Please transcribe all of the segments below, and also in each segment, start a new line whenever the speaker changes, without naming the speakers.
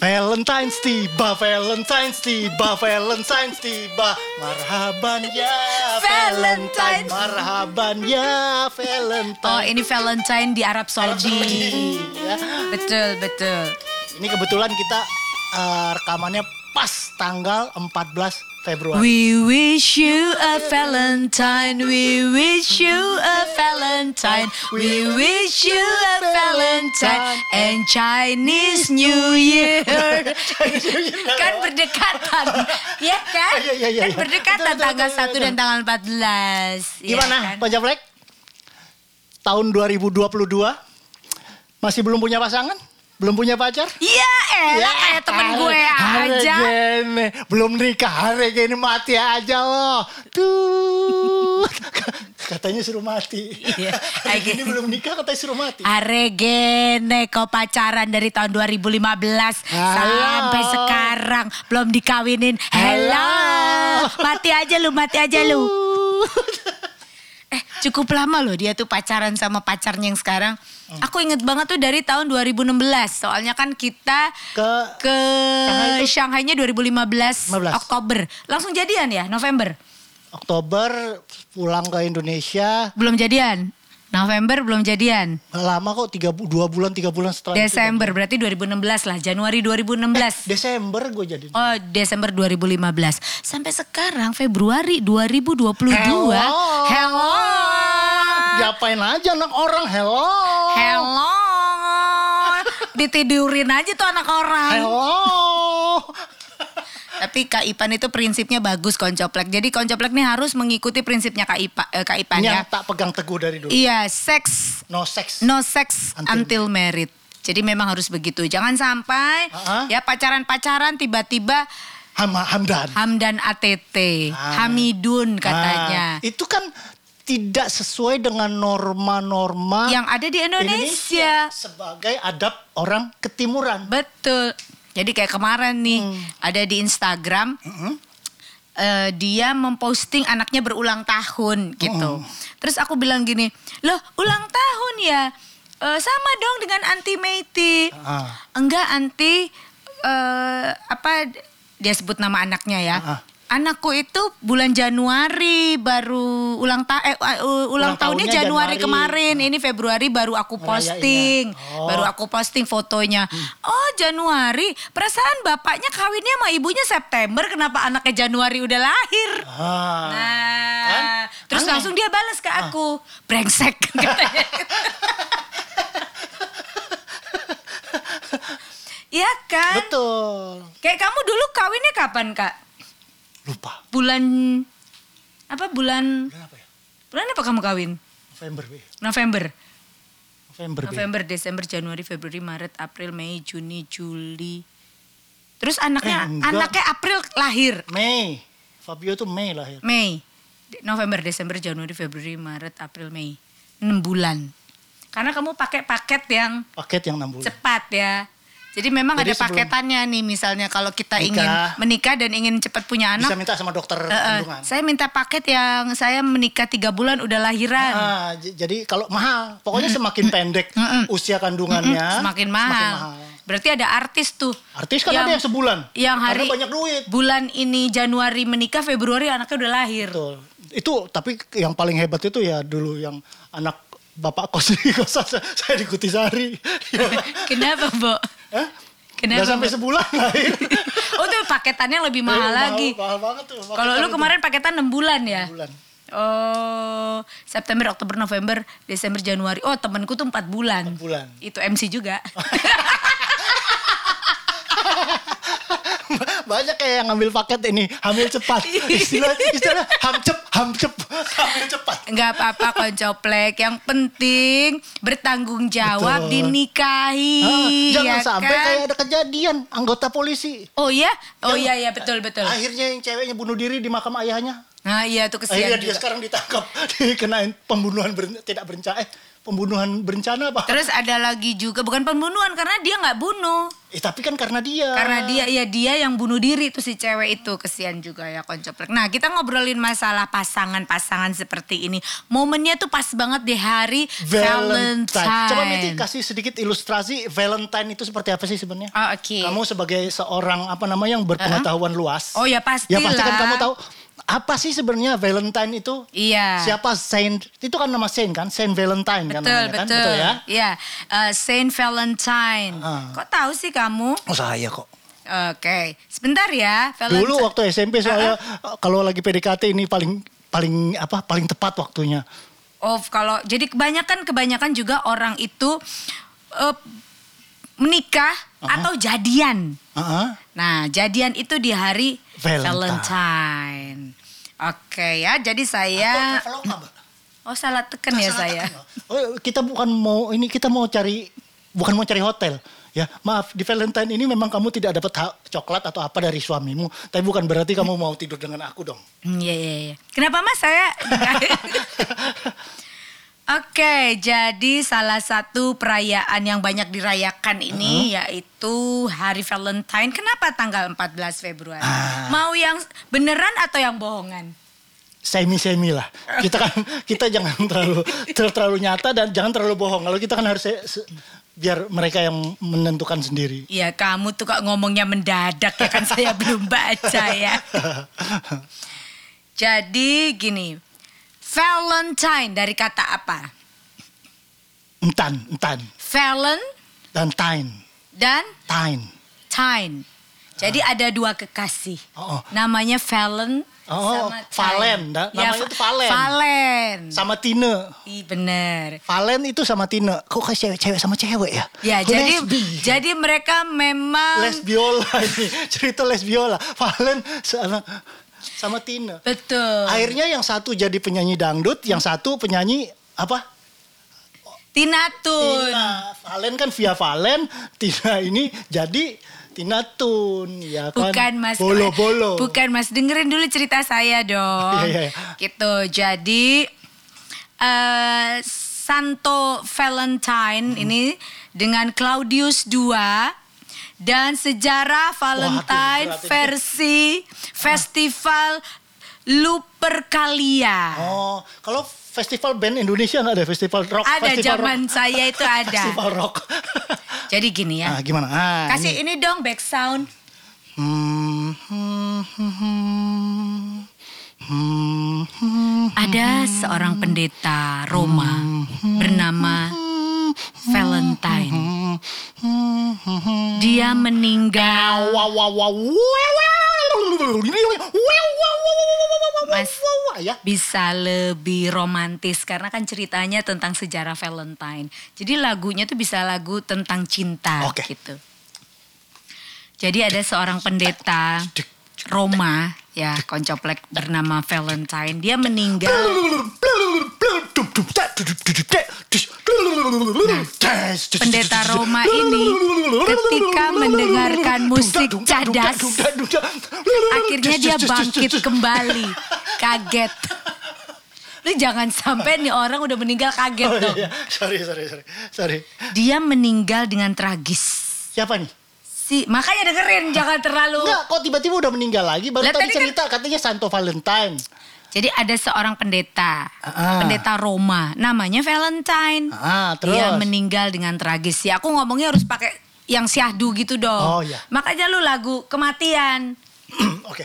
Valentine's tiba, Valentine's tiba, Valentine's tiba. Marhaban ya
Valentine.
Marhaban ya
Oh,
Valentine.
ini Valentine di Arab Saudi.
Iya.
betul, betul.
Ini kebetulan kita eh, rekamannya pas tanggal 14 Februari.
We wish you a Valentine. We wish you a Valentine. We wish you a Valentine and Chinese New Year. kan berdekatan, ya kan?
Iya, iya, iya,
Kan
iya.
berdekatan
Betul, betul,
tanggal
betul,
1 dan tanggal 14. ya
Gimana,
kan?
Pak Jablek? Tahun 2022 masih belum punya pasangan? Belum punya pacar?
Iya, elah
Ya,
kayak temen gue
hari
aja.
gini, belum nikah hari gini mati aja loh. Tuh. Katanya suruh mati.
Iya.
Hari gini belum nikah katanya suruh mati.
Aregene kau pacaran dari tahun 2015 sampai sekarang belum dikawinin. Hello. Mati aja lu, mati aja lu. Eh, cukup lama loh dia tuh pacaran sama pacarnya yang sekarang.
Hmm.
Aku inget banget tuh dari tahun 2016. Soalnya kan kita
Ke-
ke
Shanghai tuh-
Shanghai-nya 2015
15.
Oktober. Langsung jadian ya November.
Oktober pulang ke Indonesia
Belum jadian. November belum jadian.
Nggak lama kok tiga bu- dua bulan tiga bulan setelah Oh, itu. Eh,
Desember berarti 2016 lah, Januari 2016.
Desember gue jadi.
Oh, Desember 2015. Sampai sekarang Februari 2022.
Hello.
Hello.
Diapain aja anak orang? Hello.
Hello. Ditidurin aja tuh anak orang.
Hello.
Tapi Kak Ipan itu prinsipnya bagus koncoplek. Jadi koncoplek nih harus mengikuti prinsipnya Kak, Ipa, eh, Kak Ipan
Ini
ya.
yang tak pegang teguh dari dulu.
Iya, seks
No sex.
no sex until,
Until-
married. Jadi memang harus begitu. Jangan sampai
Uh-uh.
ya pacaran-pacaran tiba-tiba
Hama Hamdan.
Hamdan ATT,
Ah.
Hamidun
Nah,
katanya.
itu kan tidak sesuai dengan norma-norma
yang ada di Indonesia.
Indonesia sebagai adab orang ketimuran.
Betul. Jadi kayak kemarin nih
Hmm.
ada di Instagram. eh, dia memposting anaknya berulang tahun
Hmm.
gitu. Terus aku bilang gini, "Loh, ulang tahun ya? Eh, sama dong dengan anti Meiti."
Ah.
Enggak anti eh, apa dia sebut nama anaknya ya.
Ah, ah.
Anakku itu bulan Januari baru ulang ta eh, uh, ulang,
Ulang
tahunnya
tahunnya
Januari,
Januari. Ah.
kemarin. Ini Februari baru aku
Ngerayainnya.
posting.
Oh.
Baru aku posting fotonya. Oh Januari, perasaan bapaknya kawinnya sama ibunya September, kenapa anaknya Januari udah lahir?
Ah.
Nah,
Kan?
terus
Aneh. Ah.
langsung dia balas ke aku, brengsek katanya. Iya kan?
Betul.
Kayak kamu dulu kawinnya kapan kak?
Lupa.
Bulan apa bulan?
Bulan apa ya?
Bulan apa kamu kawin?
November. Be.
November.
November. Be.
November, Desember, Januari, Februari, Maret, April, Mei, Juni, Juli. Terus anaknya,
Eh, enggak.
anaknya April lahir.
Mei. Fabio tuh Mei lahir.
Mei, De- November, Desember, Januari, Februari, Maret, April, Mei. 6 bulan. Karena kamu pakai paket yang
Paket yang 6 bulan.
cepat ya. Jadi memang ada
Jadi sebelum-
paketannya nih misalnya kalau kita
Nikah.
ingin menikah dan ingin cepat punya
Bisa
anak.
minta sama dokter
eh, eh,
kandungan.
saya minta paket yang saya menikah tiga bulan udah lahiran.
Ah, j- jadi kalau mahal, pokoknya semakin pendek usia kandungannya,
Semakin mahal. Berarti ada artis tuh.
Artis kan ada yang sebulan.
Yang
Karena
hari
banyak duit.
Bulan ini Januari menikah, Februari anaknya udah lahir.
Betul. Itu tapi yang paling hebat itu ya dulu yang anak bapak kos di kosan saya- saya di Kutisari. Ya.
Kenapa, Bo?
Hah?
Kenapa,
Nggak sampai
Bo?
sebulan lahir.
Oh, tuh paketannya lebih mahal
Eh,
lagi.
Mahal banget tuh. Makanya
Kalau lu
itu
kemarin paketan 6 bulan ya?
enam bulan.
Oh, September, Oktober, November, Desember, Januari. Oh, temanku tuh 4 bulan.
Empat bulan.
Itu MC juga.
Banyak kayak yang ngambil paket ini hamil cepat.
Iya.
Istilah istilah hamcep hamcep hamil cepat.
Enggak apa-apa koncoplek. Yang penting bertanggung jawab
Betul.
dinikahi.
Ah, jangan
ya
sampai
kan?
kayak ada kejadian anggota polisi
Oh iya? Oh iya iya betul betul.
akhirnya yang ceweknya bunuh diri di makam ayahnya
Nah iya tuh kesian
akhirnya dia
juga.
sekarang ditangkap dikenain pembunuhan ber- tidak berencana eh pembunuhan berencana pak.
Terus ada lagi juga bukan pembunuhan karena dia nggak bunuh.
Eh tapi kan karena dia.
Karena dia ya dia yang bunuh diri tuh si cewek itu kesian juga ya koncoplek. Nah kita ngobrolin masalah pasangan-pasangan seperti ini. Momennya tuh pas banget di hari Valentine.
Coba Meti kasih sedikit ilustrasi Valentine itu seperti apa sih sebenarnya?
Oh, Oke.
Kamu sebagai seorang apa namanya yang berpengetahuan luas.
Oh, ya
Ya pasti kan
pastilah.
kamu tahu apa sih sebenarnya Valentine itu?
Iya.
Siapa Saint? Itu kan nama Saint kan? Saint Valentine kan
Betul,
namanya kan?
betul.
Betul ya?
Iya. Eh, Saint Valentine.
Ah.
Kok tahu sih kamu?
Oh saya kok.
Oke, sebentar ya. Valentine.
Dulu waktu SMP soalnya eh, kalau lagi PDKT ini paling paling apa paling tepat waktunya.
Of Oh, kalau jadi kebanyakan kebanyakan juga orang itu eh, menikah atau jadian.
Heeh.
Nah, jadian itu di hari
Valentine.
Valentine. Oke ya, jadi saya
Kalau nggak, Mbak?
oh salah tekan ya
Salah
saya.
tekan, Mbak. Oh, kita bukan mau ini kita mau cari bukan mau cari hotel. Ya, maaf di Valentine ini memang kamu tidak dapat ha- coklat atau apa dari suamimu, tapi bukan berarti kamu mau tidur dengan aku dong.
Hmm, Iya iya iya. Kenapa Mas saya? Oke, jadi salah satu perayaan yang banyak dirayakan
Mm-hmm.
ini yaitu Hari Valentine. Kenapa tanggal 14 Februari?
Ah.
Mau yang beneran atau yang bohongan?
Semi-semi lah. Kita kan kita jangan terlalu ter- terlalu nyata dan jangan terlalu bohong. Kalau kita kan harus se- se- biar mereka yang menentukan sendiri.
Ya kamu tuh kok ngomongnya mendadak ya kan saya belum baca ya. Jadi gini, Valentine dari kata apa?
entan, entan,
Valen
dan tain,
dan
tain.
Tine. Jadi ada dua kekasih.
Ah. Oh, oh.
Namanya Valen
Oh,
sama Tine.
Valen, da- namanya
Va-
itu Valen.
Valen.
Sama Tine.
Ih, bener.
Valen itu sama Tine. Kok kayak cewek-cewek sama cewek ya?
Ya,
Kok
jadi
lesbi?
jadi mereka memang
lesbiola ini. Cerita lesbiola. Valen sama, sama Tine.
betul.
Akhirnya yang satu jadi penyanyi dangdut, yang satu penyanyi apa?
Tinatun.
Tina. Valen kan via Valen, Tina ini jadi Tina Tun ya kan.
Bukan mas
Bolo-bolo.
Bukan mas Dengerin dulu cerita saya dong
Iya, iya, iya.
Gitu Jadi eh Santo Valentine ini Dengan Claudius II Dan sejarah Valentine
berarti-
versi Festival Lupercalia
Oh, kalau festival band Indonesia nggak ada festival rock?
Ada
Oh, festival
zaman
rock.
saya itu ada
Festival rock.
Jadi gini ya
ah, gimana? Ah, ini.
Kasih ini dong back sound
Hmm, hmm, hmm, hmm. Hmm, hmm,
Ada seorang pendeta Roma Bernama
hmm,
Valentine.
hmm, hmm, hmm.
Dia meninggal.
Wah, wah, wah, wah, wah,
Mas.
wah, ya.
Bisa lebih romantis karena kan ceritanya tentang sejarah Valentine. Jadi lagunya tuh bisa lagu tentang cinta
Oke.
gitu. Jadi ada seorang pendeta Roma ya koncoplek bernama Valentine. Dia meninggal. Pendeta Roma ini ketika mendengarkan musik cadas, Akhirnya dia bangkit kembali. Kaget. Lu jangan sampai nih orang udah meninggal kaget
Oh,
dong.
iya, iya. Sorry, sorry, sorry, sorry.
Dia meninggal dengan tragis.
Siapa nih?
Si, makanya dengerin jangan terlalu.
Enggak, kok tiba-tiba udah meninggal lagi? Baru
Lah,
tadi
tadi kan-
cerita katanya Santo Valentine.
Jadi ada seorang pendeta,
Ah.
pendeta Roma, namanya Valentine.
Ah, terus?
Dia meninggal dengan tragis. Ya, aku ngomongnya harus pakai yang syahdu gitu dong.
Oh, iya.
Makanya lu lagu kematian.
Oke.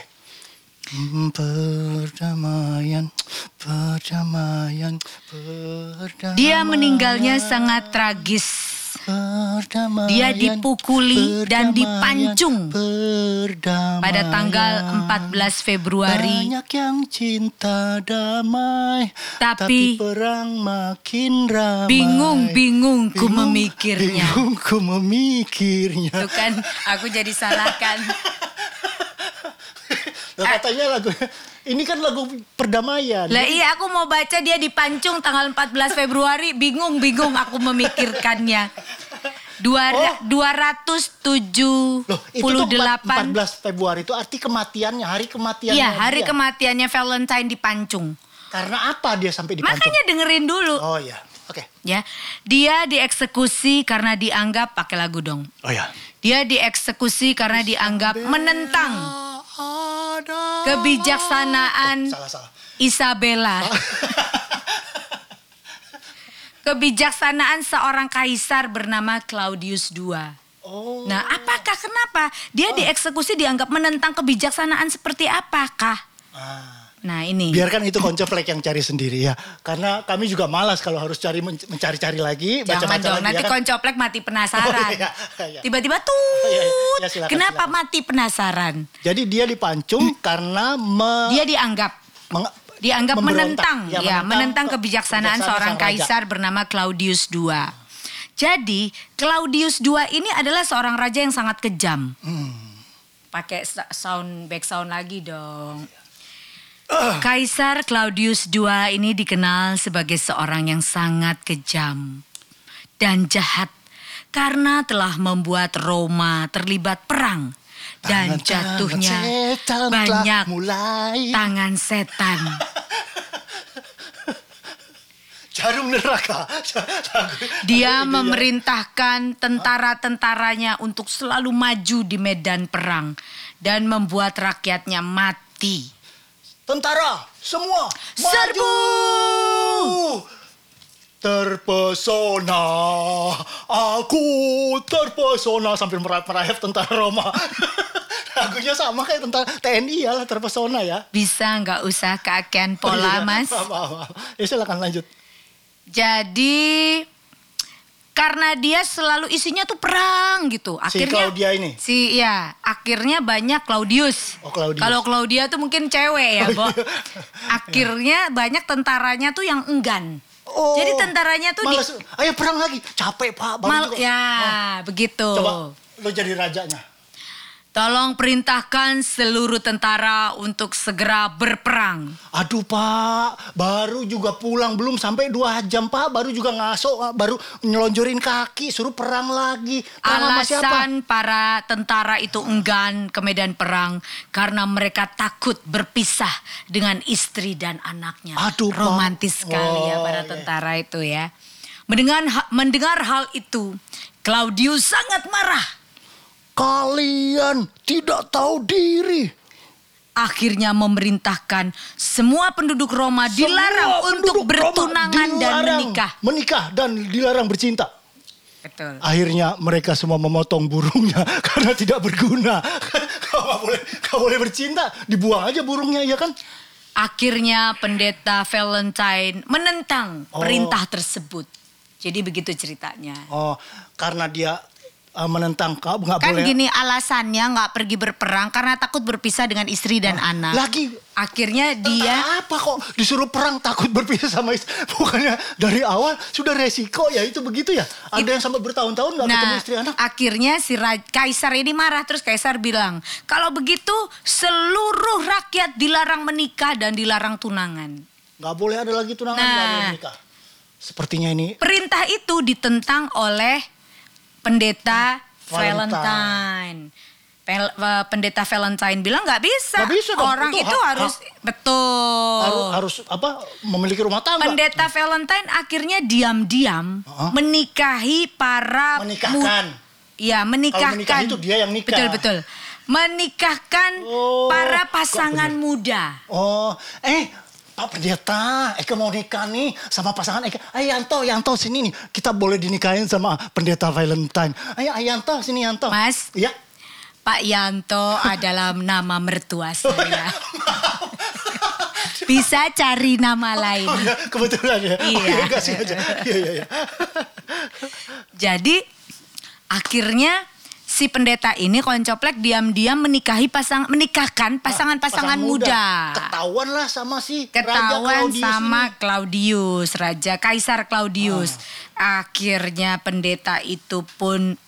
Hmm, Perdamaian, perdamaian, perdamaian.
Dia meninggalnya sangat tragis.
Perdamaian,
Dia dipukuli dan
perdamaian,
dipancung
perdamaian.
Pada tanggal 14 Februari
Banyak yang cinta damai,
Tapi-
perang makin ramai.
Bingung-bingung ku
Bingung,
memikirnya.
Bingung ku memikirnya.
Tuh kan aku jadi kan? salahkan.
Lah katanya lagu ini kan lagu perdamaian.
Lah iya aku mau baca dia dipancung tanggal 14 Februari. Bingung-bingung aku memikirkannya. Dua,
Oh.
278.
Loh, itu tuh empat- 14 Februari itu arti kematiannya, hari kematiannya.
Iya hari
dia.
kematiannya Valentine dipancung.
Karena apa dia sampai dipancung?
Makanya dengerin dulu.
Oh ya. Oke.
Ya, dia dieksekusi karena dianggap pakai lagu dong.
Oh ya.
Dia dieksekusi karena dianggap menentang kebijaksanaan
Salah Oh, salah.
Isabella. Kebijaksanaan seorang kaisar bernama Claudius II.
Oh.
Nah, apakah kenapa dia dieksekusi dianggap menentang kebijaksanaan seperti apakah?
Ah.
Nah, ini.
Biarkan itu koncoplek yang cari sendiri ya. Karena kami juga malas kalau harus cari men- mencari-cari lagi,
Jangan
baca-baca
dong,
lagi.
nanti
ya kan?
koncoplek mati penasaran.
Oh, iya, iya.
Tiba-tiba tuh.
iya, iya, silakan,
Kenapa
silakan.
mati penasaran?
Jadi dia dipancung karena me-
Dia dianggap
meng-
dianggap
memberontak.
menentang ya, menentang,
ke-
kebijaksanaan seorang
sang raja.
kaisar bernama Claudius II. Jadi, Claudius II ini adalah seorang raja yang sangat kejam.
Hmm.
Pakai sa- sound back sound lagi dong.
Ah.
Kaisar Claudius II ini dikenal sebagai seorang yang sangat kejam dan jahat karena telah membuat Roma terlibat perang dan
Tangan-tangan
jatuhnya
setan telah
banyak
mulai
tangan setan.
jarum neraka.
Dia memerintahkan tentara-tentaranya untuk selalu maju di medan perang dan membuat rakyatnya mati.
Tentara semua maju.
Serbu!
Terpesona, aku terpesona sambil merayap merayap tentara Roma. Lagunya sama kayak tentara TNI ya lah terpesona ya.
Bisa nggak usah
Oh, iya.
keakean pola, Mas?
Maaf, maaf, maaf. Ya silakan lanjut.
Jadi karena dia selalu isinya tuh perang gitu. Akhirnya
Claudia ini?
Si ya, akhirnya banyak Claudius.
Oh, Claudius. Oh, iya.
Kalau Claudia tuh mungkin cewek ya, Bo. Akhirnya banyak tentaranya tuh yang enggan.
Oh,
Jadi tentaranya tuh di-
malas. Ayo perang lagi. Capek pak. Baru
mal
juga- Oh.
ya, begitu.
Coba lo jadi rajanya.
Tolong perintahkan seluruh tentara untuk segera berperang.
Aduh pak, baru juga pulang belum sampai dua jam pak, baru juga ngaso, baru nyelonjorin kaki, suruh perang lagi. Perang sama siapa?
Alasan para tentara itu enggan ke medan perang karena mereka takut berpisah dengan istri dan anaknya.
Aduh, Pak.
romantis sekali ya para
Oh, iya.
tentara itu ya. Mendengar ha- mendengar hal itu, Claudius sangat marah.
Kalian tidak tahu diri.
Akhirnya memerintahkan semua penduduk Roma dilarang
Semua
untuk
penduduk Roma
bertunangan dan
dilarang
menikah.
Menikah dan dilarang bercinta.
Betul.
Akhirnya mereka semua memotong burungnya karena tidak berguna. kau nggak boleh, nggak boleh bercinta, dibuang aja burungnya ya kan?
Akhirnya pendeta Valentine menentang
Oh.
perintah tersebut. Jadi begitu ceritanya.
Oh, karena dia eh, menentang kau nggak
Kan
boleh.
gini alasannya nggak pergi berperang karena takut berpisah dengan istri dan anak.
Lagi
Akhirnya dia
Entah apa kok disuruh perang takut berpisah sama istri. Bukannya dari awal sudah resiko ya itu begitu ya. Ada yang sampai bertahun-tahun nggak ketemu
nah
istri anak.
akhirnya si Ra- kaisar ini marah terus kaisar bilang, "Kalau begitu seluruh rakyat dilarang menikah dan dilarang tunangan."
Nggak boleh ada lagi tunangan
Nah.
nggak boleh nikah. Sepertinya ini
Perintah itu ditentang oleh pendeta
Valentine.
Valentine. Pel- eh, pendeta Valentine bilang nggak bisa.
Nggak bisa dong,
Orang
itu
itu,
hak-
harus betul.
harus, harus apa memiliki rumah tangga.
Pendeta Valentine akhirnya diam-diam
Heeh.
menikahi para
Menikahkan.
Iya, menikahkan.
Kalau menikah itu dia yang nikah.
Betul, betul. Menikahkan
Oh,
para
kok
pasangan
bener.
muda.
Oh, eh Pak Pendeta, Eka mau nikah nih sama pasangan Eka. Ayo Yanto, Yanto sini nih. Kita boleh dinikahin sama Pendeta Valentine. Ayo Yanto sini Yanto.
Mas.
Iya.
Pak Yanto adalah nama mertua saya. Bisa cari nama lain.
Oh, ya, kebetulan ya. Oh,
Iya.
ya, kasih aja. Iya, iya, iya.
Jadi akhirnya si pendeta ini koncoplek diam-diam menikahi pasang menikahkan pasangan-pasangan muda.
Ketahuan lah sama si Raja
Ketahuan
Claudius
sama
ini. Oh.
Claudius, Raja Kaisar Claudius. Akhirnya pendeta itu pun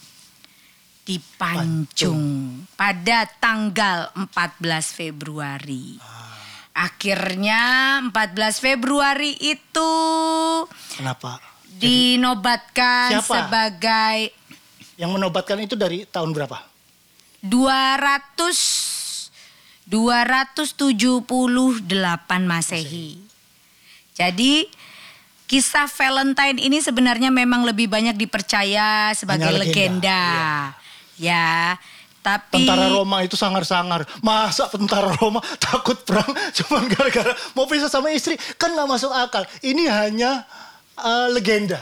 dipancung pada tanggal 14 Februari.
Ah.
Akhirnya 14 Februari itu
Kenapa?
dinobatkan
Siapa?
sebagai
Yang menobatkan itu dari tahun berapa?
200 278 Masehi. Jadi kisah Valentine ini sebenarnya memang lebih banyak dipercaya sebagai
Hanya legenda.
legenda. Ya, tapi
iya. Tentara Roma itu sangar-sangar. Masa tentara Roma takut perang cuman gara-gara mau pisah sama istri? Kan nggak masuk akal. Ini hanya eh, legenda.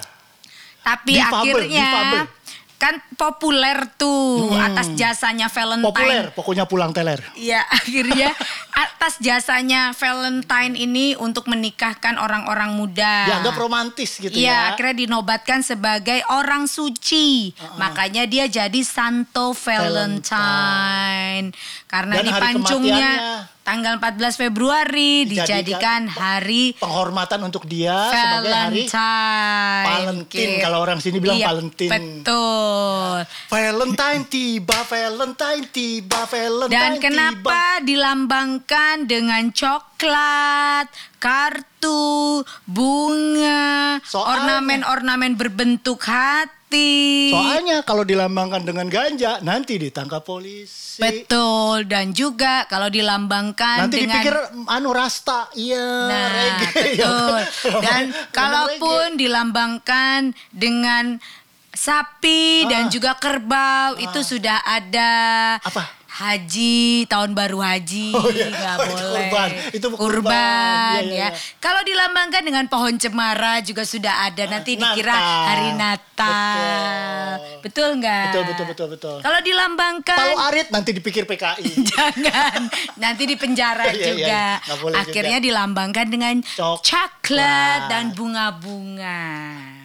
Tapi
Difabel,
akhirnya
difabel. Hmm.
kan populer tuh atas jasanya Valentine.
Populer, pokoknya pulang teler.
Ya akhirnya atas jasanya Valentine ini untuk menikahkan orang-orang muda.
Dianggap romantis gitu
Iya,
ya.
akhirnya dinobatkan sebagai orang suci. Makanya dia jadi Santo Valentine. Karena
Dan hari
dipancungnya
kematiannya.
tanggal 14 Februari
Dijadikan
dijadikan hari
Penghormatan untuk dia sebagai hari
Valentine. Gitu.
Palentin, kalau orang sini bilang
Iya,
Palentin.
Betul.
Valentine tiba, Valentine tiba, Valentine
Dan
tiba.
kenapa dilambangkan dengan coklat, kartu, bunga,
Soalnya-
ornamen-ornamen berbentuk hati.
Soalnya kalau dilambangkan dengan ganja, nanti ditangkap polisi.
Betul dan juga kalau dilambangkan
Nanti
dengan
dipikir anu rasta, iya
Nah,
reggae. ya
betul.
kan?
Dan
Namanya
kalaupun dilambangkan dengan
Ah.
sapi dan juga kerbau itu sudah ada
Apa?
Haji tahun baru haji
Oh, iya.
nggak
Oh, itu
boleh
kurban. Itu kurban.
Kurban, ya.
Iya, iya, iya.
Kalau dilambangkan dengan pohon cemara juga sudah ada nanti
Ah, Natal.
dikira hari Natal betul nggak
Betul, betul, betul, betul.
kalau
reggae.
dilambangkan
Tahu arit nanti dipikir PKI.
Jangan nanti di penjara
Iya, iya,
juga.
iya. Nggak boleh
Akhirnya dilambangkan dengan
Coklat.
coklat, dan bunga-bunga.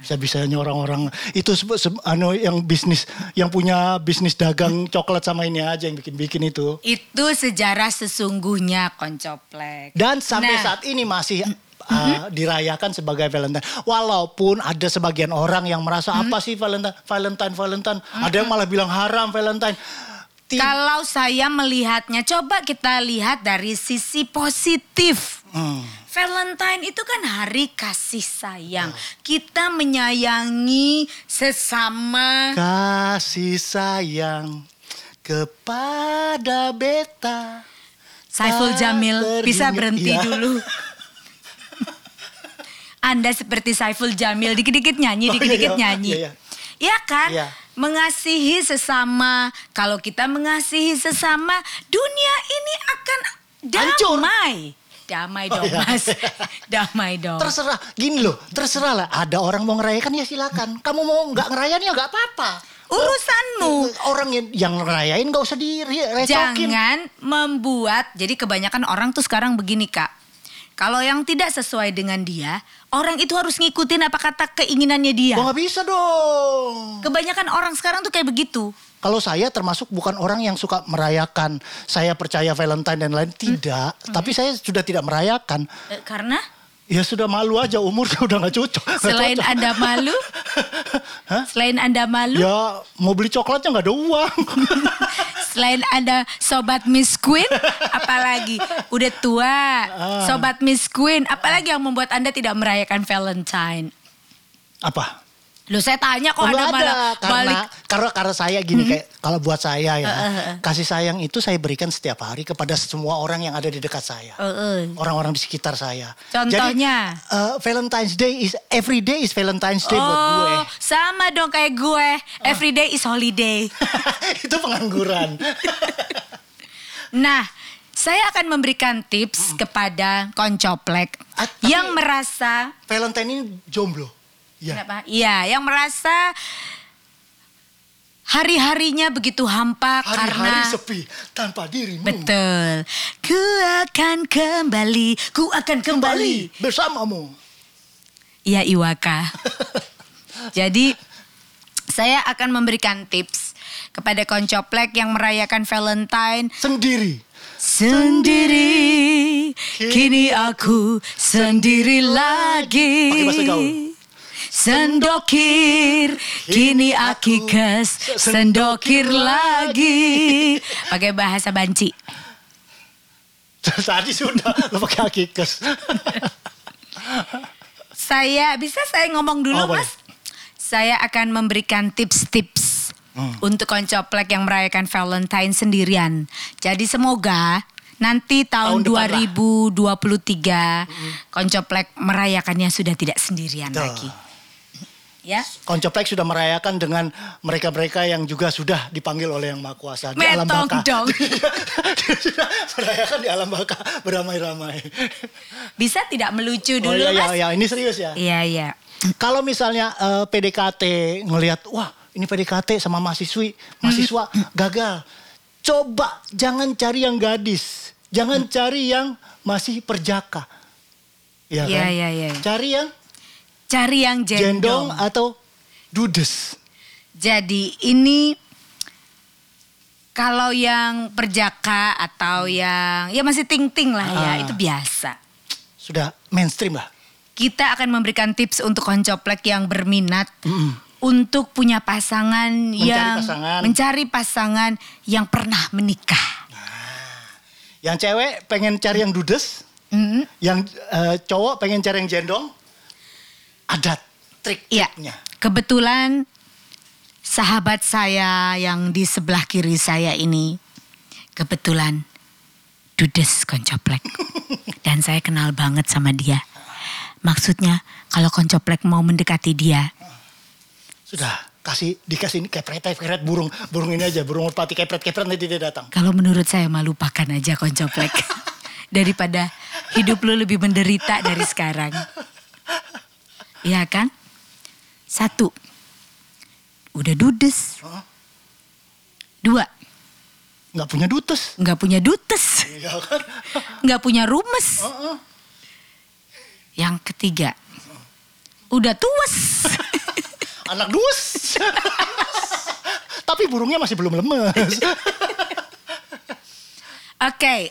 Bisa-bisanya orang-orang itu se- se- anu yang bisnis yang punya bisnis dagang coklat sama ini aja yang bikin-bikin itu.
Itu sejarah sesungguhnya koncoplek.
Dan sampai
Nah,
saat ini masih uh, dirayakan sebagai Valentine. Walaupun ada sebagian orang yang merasa apa sih Valentine, Valentine, Valentine. Ada yang malah bilang haram Valentine. Ti-
kalau saya melihatnya, coba kita lihat dari sisi positif.
Hmm.
Valentine itu kan hari kasih sayang.
Iya.
Kita menyayangi sesama.
Kasih sayang kepada beta.
Saiful Jamil
Terhingga-
bisa berhenti
Iya.
dulu. Anda seperti Saiful Jamil, dikit-dikit nyanyi,
Oh,
dikit-dikit
iya, iya.
nyanyi.
Iya, iya.
Ya kan?
Iya.
Mengasihi sesama. Kalau kita mengasihi sesama, dunia ini akan
Hancur.
damai. Damai
Oh,
dong,
iya.
Mas. damai dong.
Terserah, gini loh, terserah lah. Ada orang mau ngerayakan ya silakan. Kamu mau nggak ngerayain ya nggak apa-apa.
Urusanmu.
Orang yang, yang ngerayain nggak usah direcokin.
Jangan membuat jadi kebanyakan orang tuh sekarang begini kak. Kalau yang tidak sesuai dengan dia, orang itu harus ngikutin apa kata keinginannya dia.
Gua nggak bisa dong.
Kebanyakan orang sekarang tuh kayak begitu.
Kalau saya termasuk bukan orang yang suka merayakan. Saya percaya Valentine dan
Hmm.
lain tidak. Tapi saya sudah tidak merayakan.
Eh, karena
Ya sudah malu aja umur sudah nggak cocok. nggak
selain
cocok.
anda malu,
Hah?
selain anda malu,
Ya mau beli coklatnya nggak ada uang. Ya.
selain anda sobat Miss Queen, apalagi udah tua,
Ah.
sobat Miss Queen, apalagi yang membuat anda tidak merayakan Valentine.
Apa?
Loh saya tanya kok
Oh,
anda
Nggak
Oh, malah
karena,
balik Hmm.
karena karena saya gini kayak kalau buat saya ya kasih sayang itu saya berikan setiap hari kepada semua orang yang ada di dekat saya.
Eh, eh.
Orang-orang di sekitar saya.
Contohnya?
Jadi, eh, Valentine's Day is every day is Valentine's Day buat gue.
Oh, sama dong kayak gue. Every day is holiday.
itu pengangguran.
Nah, saya akan memberikan tips kepada koncoplek
Hmm. Ah, tapi-
yang merasa
Valentine ini jomblo. Ya.
Kenapa? Iya, yang merasa hari-harinya begitu hampa
Hari-hari Hmm.
karena
sepi tanpa dirimu.
betul. Ku akan kembali, ku akan kembali.
Kembali bersamamu.
Iya Iwaka. Jadi saya akan memberikan tips kepada koncoplek yang merayakan Valentine
Sendiri.
sendiri. Kini aku sendiri lagi.
Pakai bahasa gaul.
Sendokir, kini akikes, sendokir lagi. Pakai bahasa banci.
Tadi sudah lo pakai akikes.
Saya bisa saya ngomong dulu
Oh, boleh.
mas. Saya akan memberikan
Hmm.
tips-tips untuk koncoplek yang merayakan Valentine sendirian. Jadi semoga nanti tahun,
Tahun depan lah. Hmm.
2023 Koncoplek merayakannya sudah tidak sendirian
Betul.
lagi. Ya.
Koncoplek sudah merayakan dengan mereka-mereka yang juga sudah dipanggil oleh Yang Maha Kuasa di alam
Metong
baka.
dong.
Dia sudah merayakan di alam baka beramai-ramai.
Bisa tidak melucu
Oh
dulu,
iya, iya,
Mas?
iya. ini serius ya.
Iya, iya.
Kalau misalnya eh, PDKT ngelihat, wah ini PDKT sama mahasiswi, mahasiswa
Hmm.
gagal. Coba jangan cari yang gadis, jangan
Hmm.
cari yang masih perjaka. Iya
Iya,
kan?
iya, iya.
Cari yang
Cari yang
jendong
jendong.
atau dudes.
Jadi ini kalau yang perjaka atau yang ya masih ting-ting lah ya,
Hmm. Ah.
itu biasa.
Sudah mainstream lah.
Kita akan memberikan tips untuk koncoplek yang berminat untuk punya pasangan
Hmm. Mencari
yang
pasangan.
mencari pasangan yang pernah menikah.
Yang cewek pengen cari yang dudes,
Mm,
yang eh, cowok pengen cari yang jendong. Ada
Iya.
triknya.
Kebetulan sahabat saya yang di sebelah kiri saya ini kebetulan dudes koncoplek. Dan saya kenal banget sama dia. Maksudnya kalau koncoplek mau mendekati dia,
Sudah kasih dikasih ini kepret kepret burung burung ini aja burung merpati kepret kepret nanti dia datang.
kalau menurut saya mah lupakan aja koncoplek. Daripada hidup lu lebih menderita dari sekarang. Iya kan? Satu, udah dudes.
Hah?
Dua,
nggak punya dutes.
nggak punya dutes.
Iya kan?
nggak punya rumes.
Heeh.
Yang ketiga, udah tuas.
Anak dus. Tapi burungnya masih belum lemes.
Oke,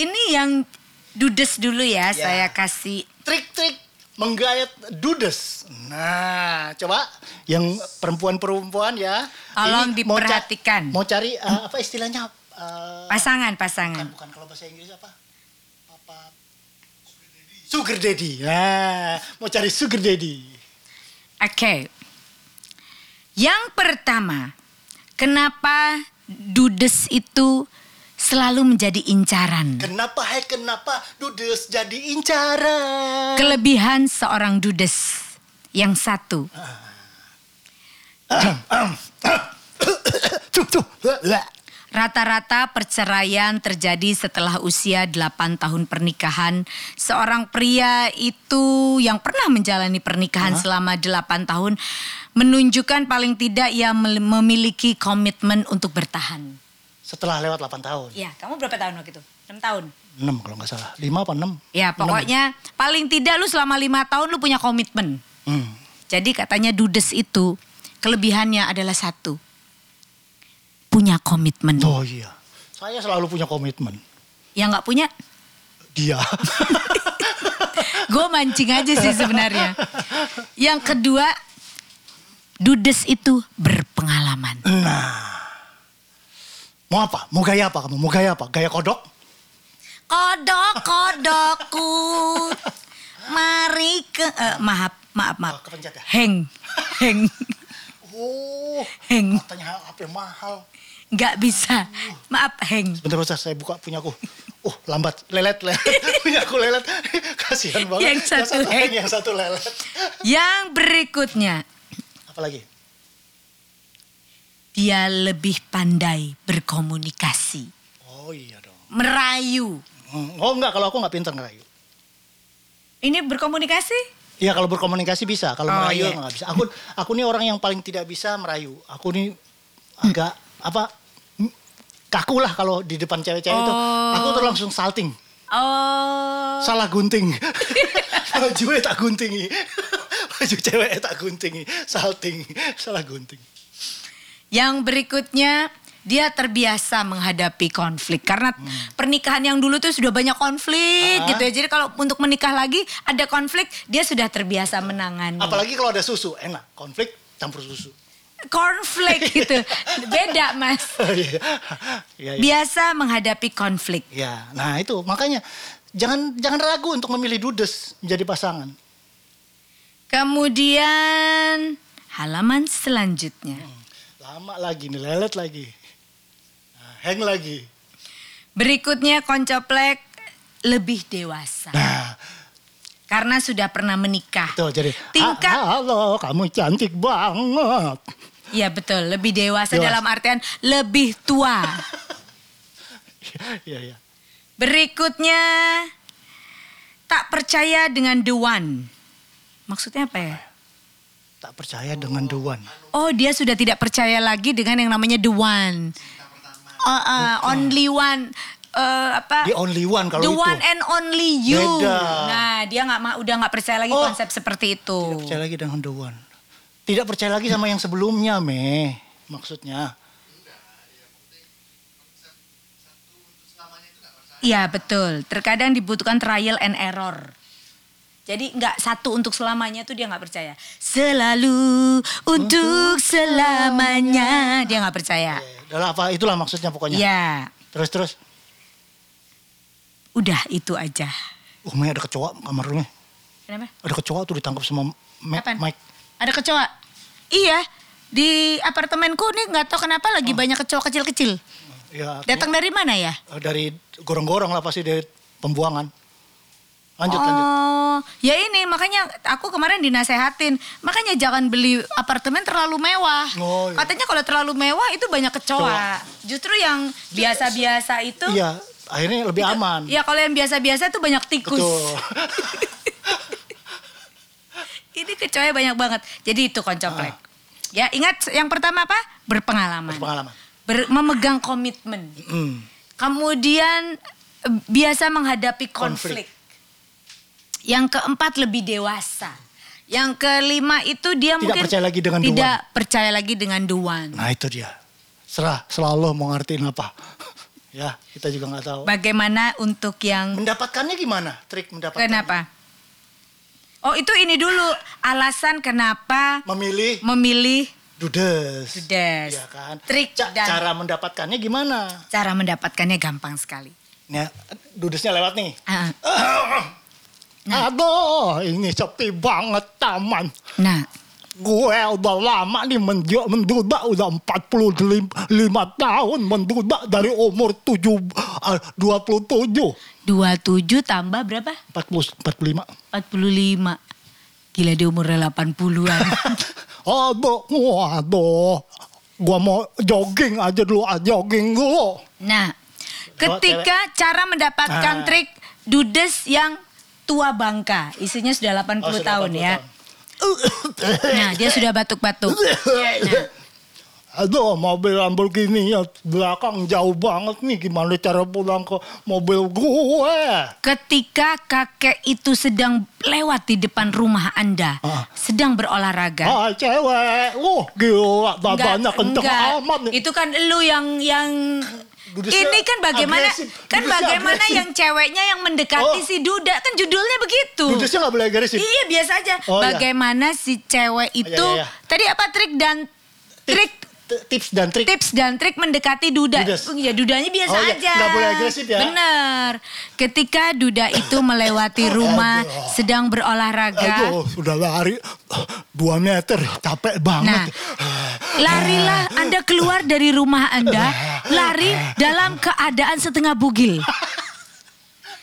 ini yang dudes dulu ya,
Ya.
saya kasih.
Trik-trik menggayat dudes. Nah, coba yang perempuan-perempuan ya.
Tolong
Ini mau ca-
diperhatikan.
Mau cari eh, apa istilahnya? eh,
Pasangan,
bukan,
pasangan.
bukan kalau bahasa Inggris apa? Papa Sugar daddy. Nah, mau cari sugar daddy.
Oke. Yang pertama, kenapa dudes itu selalu menjadi incaran?
Kenapa hai kenapa dudes jadi incaran?
Kelebihan seorang dudes. Yang satu,
Tuh, tuh. Lah.
Rata-rata perceraian terjadi setelah usia 8 tahun pernikahan. Seorang pria itu yang pernah menjalani pernikahan selama 8 tahun menunjukkan paling tidak ia mel- memiliki komitmen untuk bertahan.
Setelah lewat 8 tahun.
Ya, kamu berapa tahun waktu itu? 6 tahun.
6 kalau nggak salah. 5 apa 6?
Ya, pokoknya paling tidak lu selama 5 tahun lu punya komitmen.
Hmm.
Jadi katanya dudes itu kelebihannya adalah satu. Punya komitmen.
Oh iya. Saya selalu punya komitmen.
Yang nggak punya
Dia.
Gue mancing aja sih sebenarnya. Yang kedua, dudes itu berpengalaman.
Mau apa? Mau gaya apa kamu? Mau gaya apa? Gaya kodok?
Kodok kodokku, mari ke eh, maaf maaf maaf.
Oh, kepencet ya?
Heng, heng,
Oh,
heng.
katanya HP mahal.
Gak bisa. Maaf heng.
Bentar bentar saya buka punyaku. Oh, lambat. Lelet, lelet. punyaku lelet. Kasihan banget.
Yang satu
hang,
hang.
yang satu lelet.
Yang berikutnya,
Apalagi?
dia lebih pandai berkomunikasi,
Oh iya dong.
merayu.
Hmm, Oh enggak, kalau aku enggak pintar ngerayu.
Ini berkomunikasi?
Iya kalau berkomunikasi bisa, kalau
Oh,
merayu
iya.
emang nggak bisa. Aku aku nih orang yang paling tidak bisa merayu. Aku nih agak apa m- kaku lah kalau di depan cewek-cewek itu. Aku tuh langsung salting,
Oh.
salah gunting. Baju ya tak guntingi. Baju cewek ya tak guntingi, salting, salah gunting.
Yang berikutnya dia terbiasa menghadapi konflik karena pernikahan yang dulu tuh sudah banyak konflik
Ah.
gitu ya. Jadi kalau untuk menikah lagi ada konflik, dia sudah terbiasa menangani.
Apalagi kalau ada susu, enak. Konflik campur susu.
Konflik gitu. Beda, Mas.
Iya. Iya. iya.
Biasa menghadapi konflik.
Ya, nah itu makanya jangan jangan ragu untuk memilih dudes menjadi pasangan.
Kemudian halaman selanjutnya.
Lama lagi nih, lelet lagi. Nah, Hang lagi.
Berikutnya koncoplek lebih dewasa.
Nah,
Karena sudah pernah menikah.
tuh jadi
Tingkat
"Ah, halo kamu cantik banget.
Iya betul, lebih dewasa,
Dewasa.
dalam artian lebih tua.
Iya iya.
Berikutnya tak percaya dengan the one. Maksudnya apa ya?
Tak percaya dengan Dewan.
Oh, dia sudah tidak percaya lagi dengan yang namanya the one. Oh, uh, only one Eh, apa?
The only one kalau
The
itu.
one and only you.
Beda.
Nah, dia nggak ma- udah nggak percaya lagi
Oh.
konsep seperti itu.
percaya lagi dengan Dewan. Tidak percaya lagi sama yang sebelumnya, Meh. Maksudnya.
Iya betul. Terkadang dibutuhkan trial and error. Jadi nggak satu untuk selamanya tuh dia nggak percaya. Selalu untuk selamanya dia nggak percaya.
Eh, Adalah apa itulah maksudnya pokoknya.
Ya,
Terus terus.
udah itu aja.
Uh, Meh ada kecoa kamar lu, Meh.
Kenapa?
Ada kecoa tuh ditangkap sama Meh,
Apaan?
Mike.
Ada kecoa? Iya, di apartemenku nih nggak tahu kenapa
Oh.
lagi banyak kecoa kecil-kecil.
Ya,
Datang dari mana ya?
Eh, dari gorong-gorong lah pasti dari pembuangan. Lanjut lanjut.
Oh, ya ini makanya aku kemarin dinasehatin, makanya jangan beli apartemen terlalu mewah.
Oh, iya.
Katanya kalau terlalu mewah itu banyak kecoa.
Kecoa.
Justru yang biasa-biasa itu
Iya, akhirnya lebih aman.
Ya kalau yang biasa-biasa itu banyak tikus.
Betul.
Ini kecoa banyak banget. Jadi itu
Ah.
koncoplek. Ya, ingat yang pertama apa? Berpengalaman.
Berpengalaman.
Ber- memegang komitmen.
Mm.
Kemudian eh, biasa menghadapi konflik.
Konflik.
Yang keempat lebih dewasa. Yang kelima itu dia
Tidak
mungkin
percaya lagi dengan the
tidak percaya lagi dengan duan.
Nah itu dia. Serah selalu mau ngertiin apa. ya kita juga nggak tahu.
Bagaimana untuk yang
Mendapatkannya gimana? Trik mendapatkan.
kenapa? Oh itu ini dulu alasan kenapa
Memilih
memilih
dudes.
Dudes.
Iya kan.
Trik
Ca-
dan-
Cara mendapatkannya gimana?
cara mendapatkannya gampang sekali.
Ya, dudesnya lewat nih.
Ah,
Aduh, ini sepi banget taman.
Nah,
Gue udah lama nih mendu- menduda udah 45 tahun menduda dari umur 7 eh, 27
27 tambah berapa?
40 45
45. Gila di umurnya 80-an.
Aduh, waduh. Gua mau jogging aja dulu, ah, jogging dulu.
Nah, ketika cara mendapatkan
Oh, Ah.
trik dudes yang tua bangka, isinya sudah 80
Oh, sudah
tahun
80
ya. Nah, dia sudah batuk-batuk. Nah,
tahun. Aduh, mobil Lamborghini ya belakang jauh banget nih. Gimana cara pulang ke mobil gue?
Ketika kakek itu sedang lewat di depan rumah Anda,
Ah. Oh.
sedang berolahraga.
Hai Ah, cewek, wah gila
Enggak,
babanya kenceng
enggak.
amat nih.
Itu kan lu yang yang
Dudesnya
ini kan bagaimana
agresif,
kan
dudesnya
bagaimana
agresif.
yang ceweknya yang mendekati
Oh.
si duda kan judulnya begitu.
Dudesnya gak boleh agresif.
Iya biasa aja.
Oh, iya.
Bagaimana si cewek itu
iya, iya.
tadi apa trik dan trik
T- Tips dan trik.
tips dan trik mendekati duda.
Dudes.
Ya dudanya biasa
Oh, iya.
aja.
Nggak boleh agresif ya.
Bener. Ketika duda itu melewati rumah sedang berolahraga.
Aduh, sudah lari 2 meter,
Nah,
capek banget. Ah,
larilah
Eh.
Anda keluar dari rumah Anda, lari dalam keadaan setengah bugil.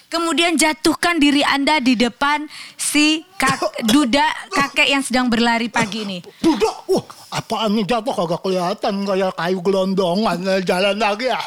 Kemudian jatuhkan diri Anda di depan si kak- duda kakek yang sedang berlari pagi ini.
Budak, wah apaan nih jatuh kagak kelihatan kayak kayu gelondongan jalan lagi ya.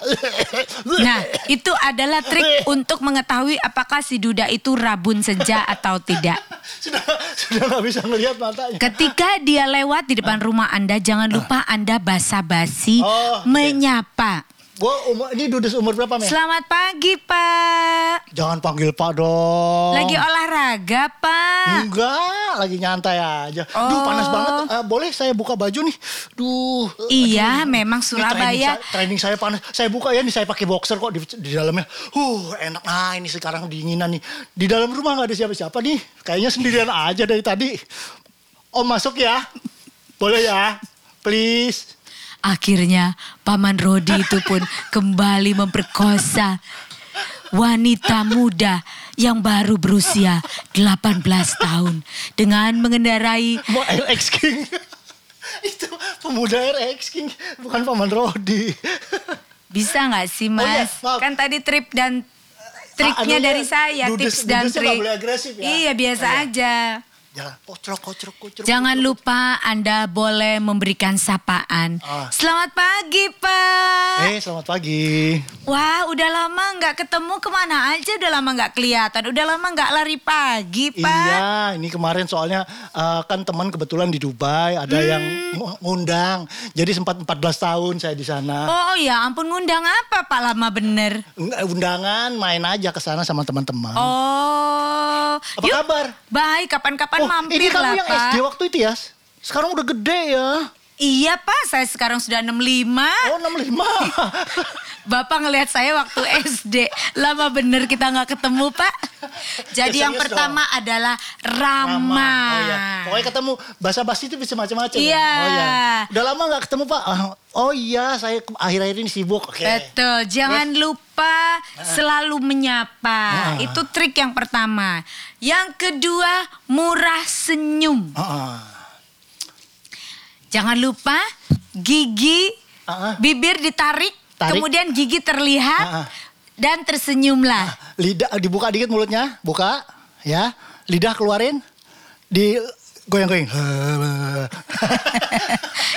Nah, itu adalah trik untuk mengetahui apakah si duda itu rabun senja atau tidak.
sudah sudah nggak bisa ngelihat matanya.
Ketika dia lewat di depan rumah Anda, jangan lupa Anda basa-basi
Oh, oke.
menyapa.
Gua umur ini dudes umur berapa Meh?
Selamat pagi, Pak.
Jangan panggil Pak dong.
Lagi olahraga, Pak.
Enggak, lagi nyantai aja. Duh
Oh.
panas banget. Eh, boleh saya buka baju nih? Duh.
Iya, memang
Ini Training
Surabaya.
saya, training saya panas. Saya buka ya nih saya pakai boxer kok di, di dalamnya. Huh, enak. Nah, ini sekarang dinginan nih. Di dalam rumah nggak ada siapa-siapa nih. Kayaknya sendirian aja dari tadi. Om masuk ya. Boleh ya? Please.
Akhirnya Paman Rodi itu pun kembali memperkosa wanita muda yang baru berusia 18 tahun dengan mengendarai
Mau RX King. Itu pemuda RX King, bukan Paman Rodi.
Bisa nggak sih
Oh, iya,
mas?
maaf. Ah,
Kan tadi trip dan triknya
anunya,
dari saya,
dudes-
tips dan
dudesnya nggak
trik.
boleh agresif ya.
Iya biasa aja.
Jalan kocrok kocrok kocrok.
Jangan lupa Anda boleh memberikan sapaan.
Ah.
Selamat pagi Pak.
Eh, selamat pagi.
Wah, udah lama nggak ketemu kemana aja? Udah lama nggak kelihatan. Udah lama nggak lari pagi, Pak.
Iya, ini kemarin soalnya eh, kan teman kebetulan di Dubai ada
Hmm.
yang ng- ngundang. Jadi sempat 14 tahun saya di sana.
Oh, oh ya, ampun ngundang apa Pak lama bener?
Nggak, Undangan main aja ke sana sama teman-teman.
Oh,
Hmm. Apa kabar?
Baik, kapan-kapan
Oh,
kan mampir
ini kamu
lah
yang
Pak.
SD waktu itu ya? Sekarang udah gede ya.
Iya Pak, saya sekarang sudah 65.
Oh, 65.
Bapak ngelihat saya waktu SD. Lama bener kita nggak ketemu Pak. Jadi
Ya,
yang
serius
pertama adalah Rama.
Oh iya. Pokoknya ketemu basa-basi itu bisa macam-macam. ya?
Iya.
Oh iya. Udah lama nggak ketemu Pak. Ah, Oh iya, saya ke- akhir-akhir ini sibuk. Oke.
Betul, jangan lupa selalu menyapa.
Ah.
Itu trik yang pertama. Yang kedua, murah senyum.
Ah, ah.
Jangan lupa gigi
Ah, ah.
bibir ditarik,
Tarik.
kemudian gigi terlihat
Ah, ah.
dan tersenyumlah.
Lidah eh, dibuka dikit mulutnya, buka, ya. Lidah keluarin, di goyang-goyang.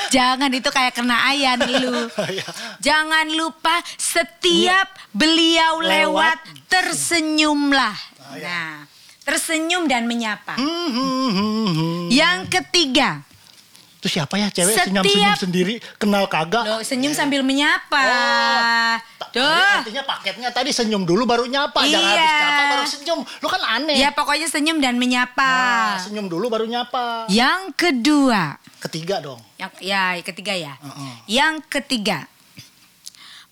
Jangan itu kayak kena ayan lu.
Iya.
Jangan lupa setiap beliau lewat,
Lewat. Ah, iya.
tersenyumlah. Nah, tersenyum dan menyapa.
Hmm.
Yang ketiga,
Itu siapa ya cewek
Setiap-
senyum-senyum sendiri, kenal kagak?
Loh, senyum sambil menyapa. Oh,
Tak-
Duh.
Artinya paketnya tadi senyum dulu baru nyapa,
Iya.
jangan habis nyapa baru senyum. Lu kan aneh.
Ya pokoknya senyum dan menyapa.
Ah, senyum dulu baru nyapa.
Yang kedua.
Ketiga dong.
Yang ya, ketiga ya.
Heeh.
Yang ketiga.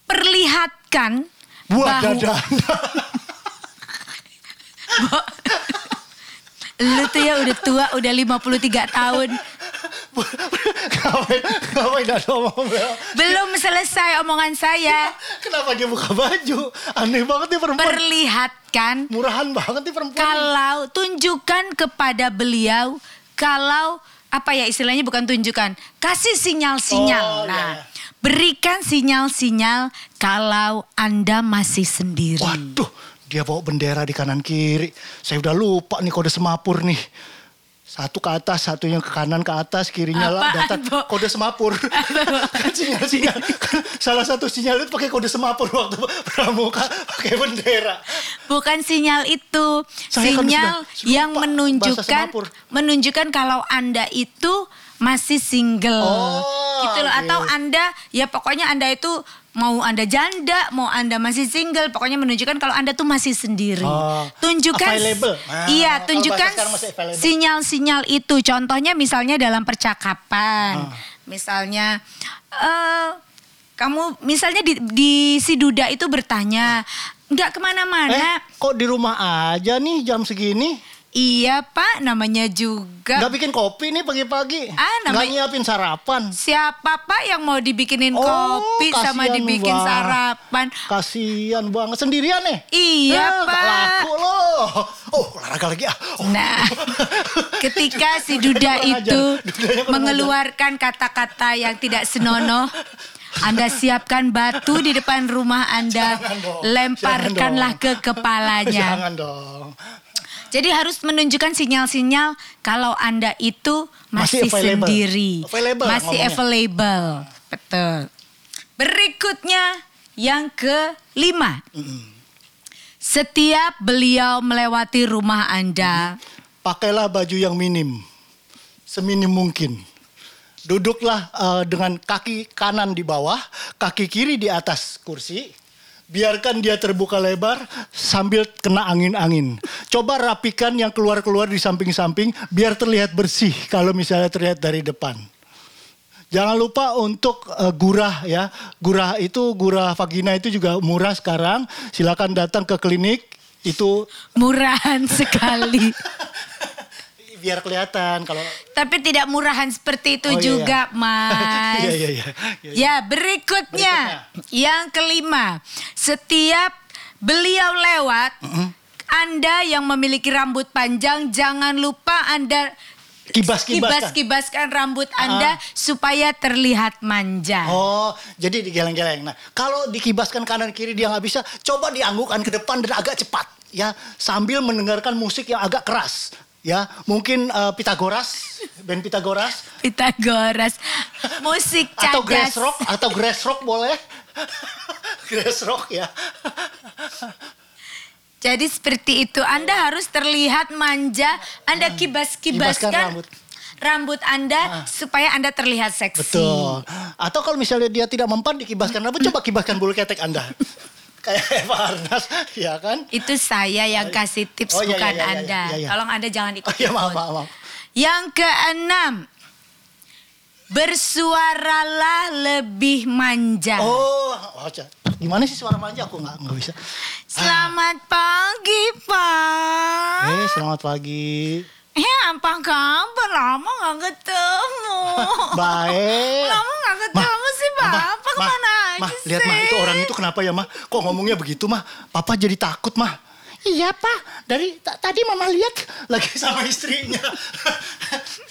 Perlihatkan
Buah
bahu
dada.
lu tuh ya udah tua, udah 53 tahun.
Ngapain, ngapain ada ngomong Bel?
Belum selesai omongan saya.
Kenapa dia buka baju? Aneh banget nih perempuan.
Perlihatkan
Murahan banget nih perempuan.
kalau tunjukkan kepada beliau kalau apa ya istilahnya bukan tunjukkan kasih sinyal-sinyal
Oh,
nah
iya, iya.
berikan sinyal-sinyal kalau anda masih sendiri
Waduh, dia bawa bendera di kanan kiri. Saya udah lupa nih kode semapur nih. Satu ke atas, satunya ke kanan ke atas, kirinya lah
Apaan,
datar.
Bo?
Kode semapur. kan sinyal-sinyal. Kan Salah satu sinyal itu pakai kode semapur waktu pramuka pakai bendera.
bukan sinyal itu
Saya kan
sinyal
sudah- sudah
yang
lupa bahasa
menunjukkan
Singapura.
menunjukkan kalau anda itu masih single
Oh,
gitu loh atau
oke.
anda ya pokoknya anda itu mau anda janda mau anda masih single pokoknya menunjukkan kalau anda tuh masih sendiri
Oh,
tunjukkan
available. Ah,
iya
kalau
tunjukkan
bahasa sekarang masih available.
sinyal-sinyal itu contohnya misalnya dalam percakapan
Ah.
misalnya eh kamu misalnya di, di si duda itu bertanya nggak kemana-mana
Eh, kok di rumah aja nih jam segini?
iya pak namanya juga
Gak bikin kopi nih pagi-pagi.
Ah, namanya-
Gak nyiapin sarapan.
siapa pak yang mau dibikinin
Oh,
kopi sama
kasihan
dibikin
banget.
sarapan
Kasian banget sendirian nih.
Iya,
Eh,
Pak.
gak Laku loh. Oh, olahraga lagi ah. Oh.
Nah, ketika si Duda
Dudanya kurang
itu
ajar. Dudanya kurang
mengeluarkan kata-kata yang tidak senonoh, Anda siapkan batu di depan rumah Anda,
Jangan dong.
lemparkanlah
Jangan
ke kepalanya.
Jangan dong.
Jadi harus menunjukkan sinyal-sinyal kalau Anda itu masih,
Masih available.
sendiri,
Available
masih
ngomongnya.
available. Betul. Berikutnya yang kelima. Setiap beliau melewati rumah Anda,
Pakailah baju yang minim. Seminim mungkin. Duduklah eh, dengan kaki kanan di bawah, kaki kiri di atas kursi. Biarkan dia terbuka lebar sambil kena angin-angin. Coba rapikan yang keluar-keluar di samping-samping biar terlihat bersih kalau misalnya terlihat dari depan. Jangan lupa untuk eh, gurah ya. Gurah itu gurah vagina itu juga murah sekarang. Silakan datang ke klinik itu
murahan sekali.
biar kelihatan kalau
Tapi tidak murahan seperti itu
Oh, iya, iya.
juga, Mas.
Iya, iya, iya. Iya, iya.
Ya, berikutnya, yang kelima, setiap beliau lewat, Anda yang memiliki rambut panjang jangan lupa Anda
Kibas-kibaskan.
kibas-kibaskan rambut Anda supaya terlihat manja.
Ah, Oh, jadi digeleng-geleng. Nah, kalau dikibaskan kanan kiri dia nggak bisa, coba dianggukkan ke depan dan agak cepat, ya, sambil mendengarkan musik yang agak keras, ya. Mungkin eh, Pitagoras, band Pitagoras,
Pitagoras. Musik cadas.
atau grass rock, atau grass rock boleh, grass rock ya.
Jadi seperti itu. Anda harus terlihat manja. Anda kibas-kibaskan
Ah. Kibaskan
rambut.
rambut. Ah.
Anda supaya Anda terlihat seksi.
Betul. Atau kalau misalnya dia tidak mempan dikibaskan rambut, coba kibaskan bulu ketek Anda. Kayak Eva Arnas, ya kan?
Itu saya yang kasih tips
Oh, iya, iya,
bukan
iya, iya,
Anda.
iya, iya.
Tolong Anda jangan ikut.
Oh, iya, maaf, maaf, maaf.
Yang keenam. Bersuaralah lebih manja.
Oh, oh, Ca. gimana sih suara manja? Aku nggak nggak bisa.
Selamat pagi, Pak.
Eh, selamat pagi.
Eh, apa kabar? Lama gak ketemu.
Baik.
Lama gak ketemu sih, Bapak.
Ma,
Kemana
Ma,
aja
lihat
sih?
mah itu orang itu kenapa ya mah? Kok ngomongnya begitu mah? Papa jadi takut mah. Iya pak, dari ta- tadi mama lihat lagi sama istrinya.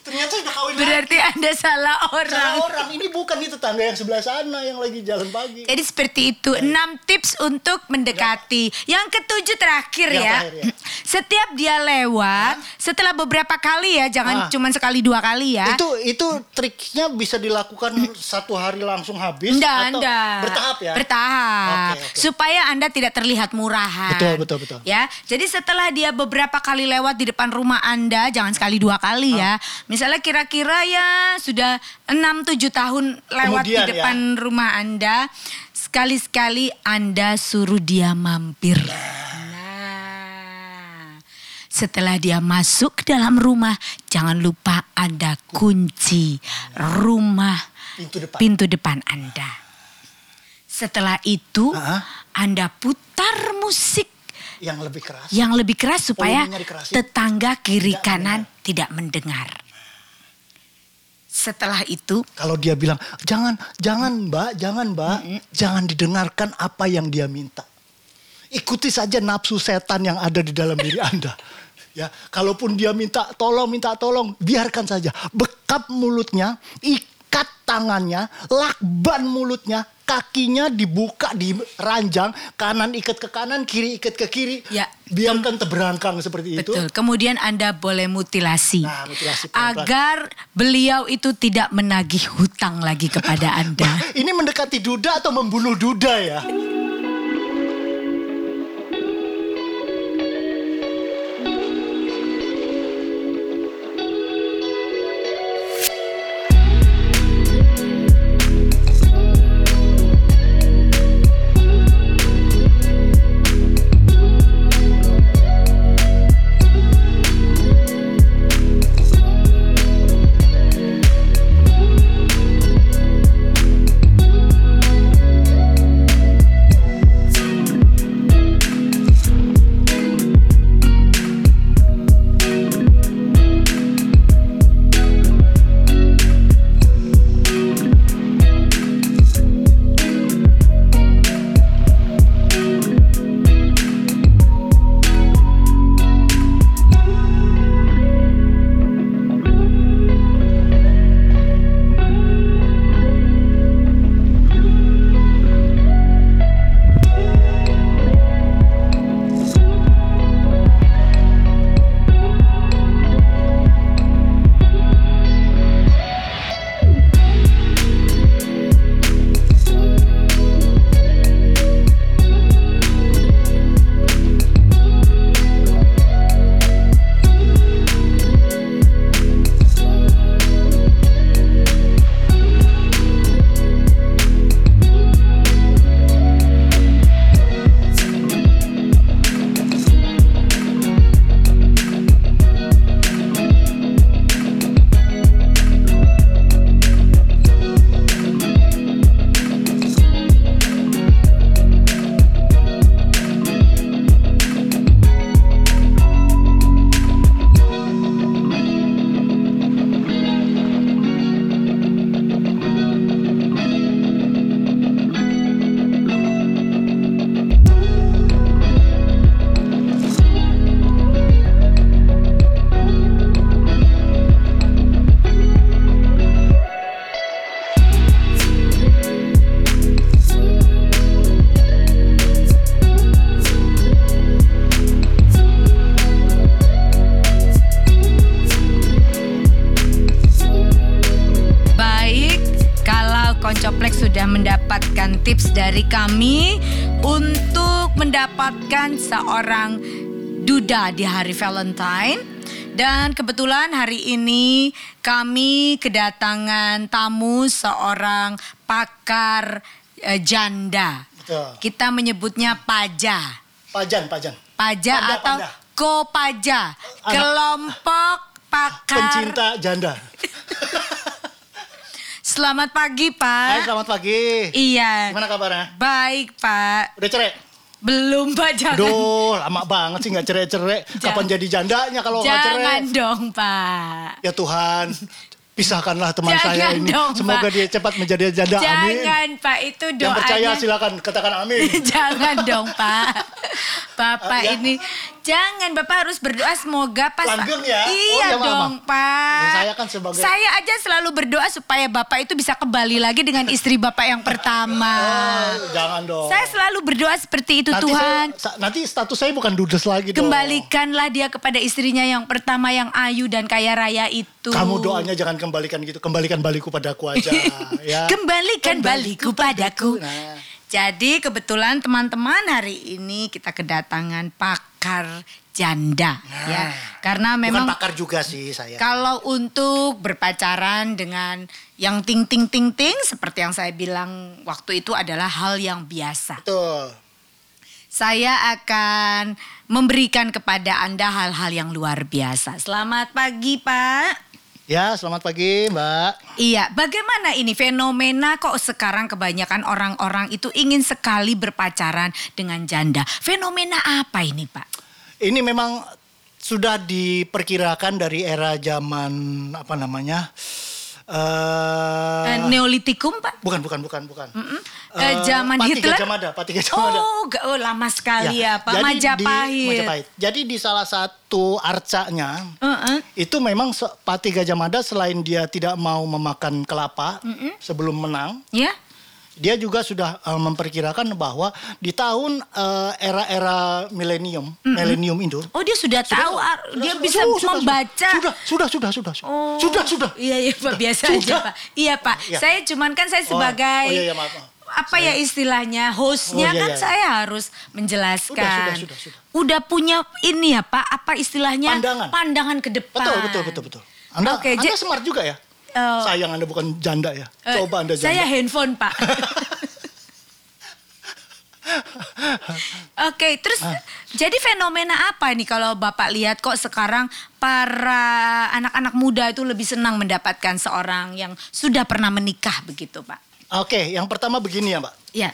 Ternyata udah kawin lagi.
Berarti Anda salah orang.
Salah orang ini bukan itu tangga yang sebelah sana yang lagi jalan pagi.
Jadi seperti itu, 6 tips untuk mendekati. Yang ketujuh terakhir
Ya. Yang
ya.
terakhir ya.
Setiap dia lewat, setelah beberapa kali ya, jangan
Ah.
cuma sekali dua kali ya.
Itu itu triknya bisa dilakukan satu hari langsung habis
Nggak,
atau
nggak.
bertahap ya?
Bertahap.
Oke, oke.
Supaya Anda tidak terlihat murahan.
Betul, betul, betul.
Ya. Jadi setelah dia beberapa kali lewat di depan rumah Anda, jangan sekali dua kali ya.
Ah.
Misalnya kira-kira ya sudah 6 7 tahun lewat di
Kemudian, ya.
depan rumah Anda, sekali-sekali Anda suruh dia mampir. Nah. Setelah dia masuk ke dalam rumah, jangan lupa Anda kunci rumah
Pintu depan.
pintu depan Anda. Setelah itu,
Ah.
Anda putar musik
yang lebih keras.
yang lebih keras supaya
Volumenya dikerasin.
tetangga kiri
Tidak
kanan tidak mendengar. Setelah itu,
Kalau dia bilang, jangan, jangan mbak, jangan mbak, jangan didengarkan apa yang dia minta. Ikuti saja nafsu setan yang ada di dalam diri Anda. Ya, kalaupun dia minta tolong, minta tolong, biarkan saja. Bekap mulutnya, ikat tangannya, lakban mulutnya, kakinya dibuka di ranjang, kanan ikat ke kanan, kiri ikat ke kiri.
Ya.
Biarkan teberangkang seperti itu.
betul. Kemudian Anda boleh mutilasi,
Nah, mutilasi pelan-pelan.
agar beliau itu tidak menagih hutang lagi kepada Anda.
Ini mendekati duda atau membunuh duda ya?
tips dari kami untuk mendapatkan seorang duda di hari Valentine. Dan kebetulan hari ini kami kedatangan tamu seorang pakar eh, janda.
Betul.
Kita menyebutnya paja.
Pajan, pajan.
Paja
Panda,
atau
panda.
kopaja. Kelompok pakar.
Pencinta janda.
Selamat pagi, Pak.
Hai, selamat pagi.
Iya.
Gimana kabarnya?
Baik, Pak.
Udah cerai?
Belum, Pak. Jangan.
Aduh, lama banget sih nggak cerai-cerai. Kapan jadi jandanya kalau nggak cerai?
Jangan dong, Pak.
Ya Tuhan, pisahkanlah teman
Jangan
saya ini.
dong,
Semoga
Pak.
dia cepat menjadi janda. Ya, Amin.
Jangan, Pak. Itu
Yang percaya
doanya.
silakan katakan amin.
jangan dong, Pak. Bapak
Ah, ya.
ini jangan Bapak harus berdoa semoga pas
Langgeng ya? Oh,
Iya
ya, Mama.
dong, Pak.
Ya, saya kan sebagai-
Saya aja selalu berdoa supaya Bapak itu bisa kembali lagi dengan istri Bapak yang pertama.
Oh, jangan dong.
Saya selalu berdoa seperti itu
Nanti
Tuhan.
saya- sa- nanti status saya bukan dudes lagi dong.
Kembalikanlah dia kepada istrinya yang pertama yang ayu dan kaya raya itu.
Kamu doanya jangan kembalikan gitu. Kembalikan baliku padaku aja. ya.
Kembalikan baliku padaku.
Nah.
Jadi kebetulan teman-teman hari ini kita kedatangan pakar janda ya. Karena
Nah. Bukan ya.
memang
pakar juga sih saya.
kalau untuk berpacaran dengan yang ting ting ting ting seperti yang saya bilang waktu itu adalah hal yang biasa.
Betul.
Saya akan memberikan kepada Anda hal-hal yang luar biasa. Selamat pagi, Pak.
Ya, selamat pagi, Mbak.
Iya, bagaimana ini fenomena kok sekarang kebanyakan orang-orang itu ingin sekali berpacaran dengan janda. Fenomena apa ini, Pak?
Ini memang sudah diperkirakan dari era zaman apa namanya?
Eh,
eh
Neolitikum, Pak?
bukan, bukan, bukan, bukan.
Mm-mm. Eh,
Eh,
zaman
Patiga
Hitler?
Jamada, Patiga Jamada.
Oh, ga- oh, lama sekali ya, Pak.
jadi di
Majapahit.
Majapahit. Jadi di salah satu arcanya
Heeh.
itu memang se- Patih Gajah Mada selain dia tidak mau memakan kelapa sebelum menang,
Ya?
dia juga sudah eh, memperkirakan bahwa di tahun eh, era-era milenium, milenium Indo
Oh, dia sudah, tahu ar- dia bisa
Iya. sudah, sudah,
membaca.
Sudah, sudah, sudah, sudah. Sudah,
Oh.
sudah. sudah.
Iya, iya, Pak. Biasa aja,
Sudah.
Pak. Iya, Pak.
Iya.
Saya cuman kan saya
Oh,
sebagai...
oh, iya, iya, maaf, maaf.
Apa ya istilahnya hostnya
Oh, iya,
kan
iya.
saya harus menjelaskan.
Sudah, sudah, sudah, sudah.
Udah punya ini ya Pak, apa istilahnya
Pandangan.
pandangan ke depan.
Betul, betul, betul, betul. Anda,
Oke,
anda
jadi-
smart juga ya.
Eh,
Sayang Anda bukan janda ya.
eh,
Coba Anda
Saya
janda.
handphone Pak. Oke, terus
Ah.
jadi fenomena apa nih kalau Bapak lihat kok sekarang para anak-anak muda itu lebih senang mendapatkan seorang yang sudah pernah menikah begitu, Pak?
Oke, yang pertama begini ya, Mbak.
Ya.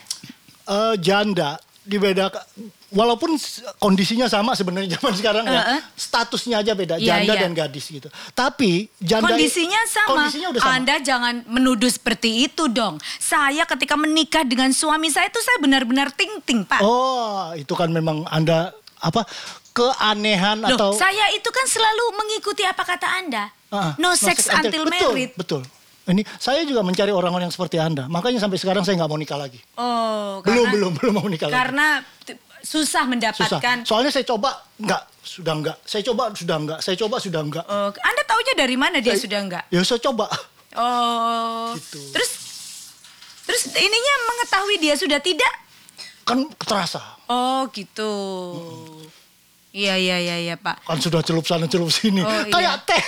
eh janda dibedakan walaupun s- kondisinya sama sebenarnya zaman sekarang ya
Heeh.
statusnya aja beda
Iya,
janda
iya.
dan gadis gitu tapi janda
Kondisinya sama.
kondisinya udah sama
Anda jangan menuduh seperti itu dong. Saya ketika menikah dengan suami saya itu saya benar-benar ting-ting, Pak.
oh itu kan memang anda apa keanehan
Loh,
atau
saya itu kan selalu mengikuti apa kata Anda.
Ah,
no, sex, until,
betul,
married.
betul ini saya juga mencari orang-orang yang seperti anda makanya sampai sekarang saya nggak mau nikah lagi
Oh,
belum
karena,
belum belum mau nikah lagi
Karena t- susah
susah
mendapatkan.
soalnya saya coba nggak sudah nggak saya coba sudah nggak saya coba sudah nggak
Oh, anda taunya dari mana dia
Saya-
sudah enggak?
ya saya coba
Oh.
Gitu.
Terus terus ininya mengetahui dia sudah tidak?
kan terasa
Oh, gitu.
Hmm.
Iya, iya, iya, iya, Pak.
kan sudah celup sana celup
Oh,
sini
iya.
kayak teh